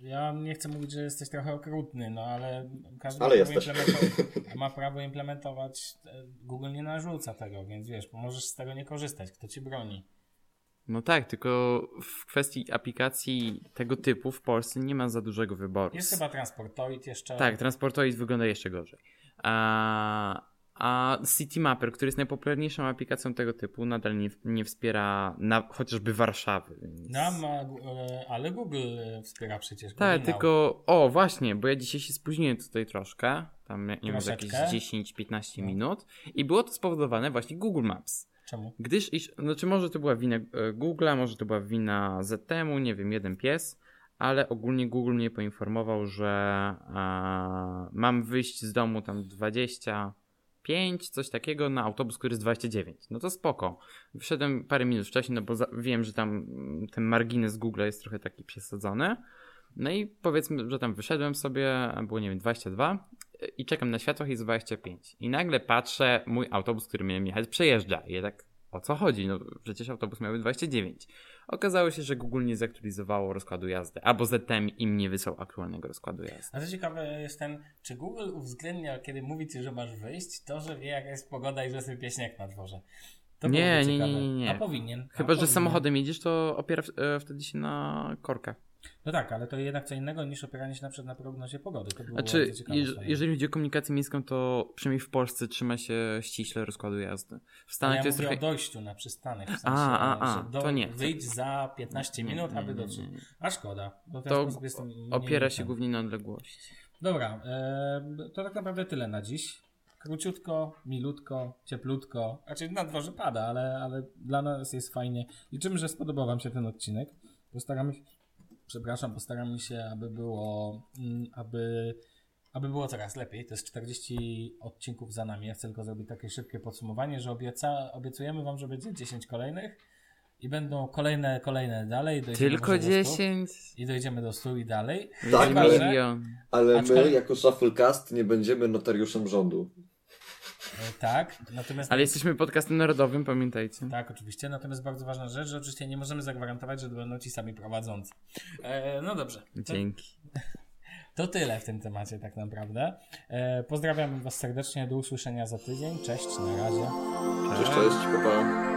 Speaker 5: ja nie chcę mówić, że jesteś trochę okrutny, no ale każdy
Speaker 2: Ale
Speaker 5: ma, prawo
Speaker 2: jesteś.
Speaker 5: implementować- ma prawo implementować. e, Google nie narzuca tego, więc wiesz, możesz z tego nie korzystać. Kto ci broni?
Speaker 3: No tak, tylko w kwestii aplikacji tego typu w Polsce nie ma za dużego wyboru.
Speaker 5: Jest chyba transportoid jeszcze.
Speaker 3: Tak, Transportoid wygląda jeszcze gorzej. A, a City Mapper, który jest najpopularniejszą aplikacją tego typu, nadal nie, nie wspiera na, chociażby Warszawy. Więc...
Speaker 5: No, ma, gu- e, ale Google e, wspiera przecież.
Speaker 3: Tak,
Speaker 5: Google Now.
Speaker 3: tylko o właśnie, bo ja dzisiaj się spóźniłem tutaj troszkę, tam nie wiem, za jakieś
Speaker 5: Troszeczkę.
Speaker 3: 10-15
Speaker 5: No.
Speaker 3: minut i było to spowodowane właśnie Google Maps.
Speaker 5: Czemu?
Speaker 3: Gdyż, iż, znaczy może to była wina e, Google'a, może to była wina ZTM-u, nie wiem, jeden pies, ale ogólnie Google mnie poinformował, że e, mam wyjść z domu tam 25, coś takiego, na autobus, który jest 29. No to spoko. Wyszedłem parę minut wcześniej, no bo za, wiem, że tam mm, ten margines Google'a jest trochę taki przesadzony. No i powiedzmy, że tam wyszedłem sobie, było nie wiem, 22 i czekam na światłach i jest 25. I nagle patrzę, mój autobus, który miałem jechać, przejeżdża. I ja tak, o co chodzi? No przecież autobus miał być 29. Okazało się, że Google nie zaktualizowało rozkładu jazdy, albo ZTM im nie wysłał aktualnego rozkładu jazdy.
Speaker 1: A co ciekawe jest ten, czy Google uwzględnia, kiedy mówi ci, że masz wyjść, to, że wie jaka jest pogoda i że sypie śnieg na dworze. To
Speaker 3: Nie,
Speaker 1: byłoby
Speaker 3: nie, nie,
Speaker 1: ciekawe.
Speaker 3: nie, nie.
Speaker 1: A powinien. a
Speaker 3: Chyba, że
Speaker 1: powinien.
Speaker 3: samochodem jedziesz, to opiera w- e, wtedy się na korkach.
Speaker 1: No tak, ale to jednak co innego niż opieranie się na przykład na prognozie pogody. To było
Speaker 3: Znaczy,
Speaker 1: bardzo ciekawe No
Speaker 3: jeż-
Speaker 1: swoje.
Speaker 3: jeżeli chodzi o komunikację miejską, to przynajmniej w Polsce trzyma się ściśle rozkładu jazdy. W
Speaker 1: No
Speaker 3: Stanach
Speaker 1: ja
Speaker 3: to jest
Speaker 1: mówię
Speaker 3: trochę...
Speaker 1: o dojściu na przystanek. W sensie,
Speaker 3: a, a,
Speaker 1: że
Speaker 3: to nie.
Speaker 1: Wyjdź za 15 minut,
Speaker 3: Nie,
Speaker 1: aby
Speaker 3: nie, nie,
Speaker 1: dotrzeć. tak.
Speaker 3: nie.
Speaker 1: A szkoda, bo w ten
Speaker 3: To
Speaker 1: sposób jestem mniej
Speaker 3: Mm, Opiera się
Speaker 1: ten.
Speaker 3: głównie na odległości.
Speaker 1: Dobra, e, to tak naprawdę tyle na dziś. Króciutko, milutko, cieplutko. Znaczy na dworze pada, ale, ale dla nas jest fajnie. Liczymy, że spodobał Wam się ten odcinek. Postaramy się, przepraszam, postaramy się, aby było, mm, aby, aby było coraz lepiej. To jest 40 odcinków za nami. Ja chcę tylko zrobić takie szybkie podsumowanie, że obieca, obiecujemy Wam, że będzie 10 kolejnych i będą kolejne, kolejne dalej. Dojdziemy
Speaker 3: Tylko
Speaker 1: może do
Speaker 3: 10
Speaker 1: 100 I dojdziemy do 100 i dalej.
Speaker 2: Tak,
Speaker 3: i
Speaker 2: ale-
Speaker 3: milion.
Speaker 2: Ale my,
Speaker 1: Aczkolwiek-
Speaker 2: jako Shufflecast, nie będziemy notariuszem rządu.
Speaker 1: E, tak, natomiast...
Speaker 3: Ale jesteśmy podcastem narodowym, pamiętajcie.
Speaker 1: Tak, oczywiście. Natomiast bardzo ważna rzecz, że oczywiście nie możemy zagwarantować, że to będą ci sami prowadzący. E, no dobrze. To,
Speaker 3: Dzięki.
Speaker 1: to tyle w tym temacie tak naprawdę. E, pozdrawiam Was serdecznie. Do usłyszenia za tydzień. Cześć, na razie.
Speaker 2: Cześć, cześć, pa, pa.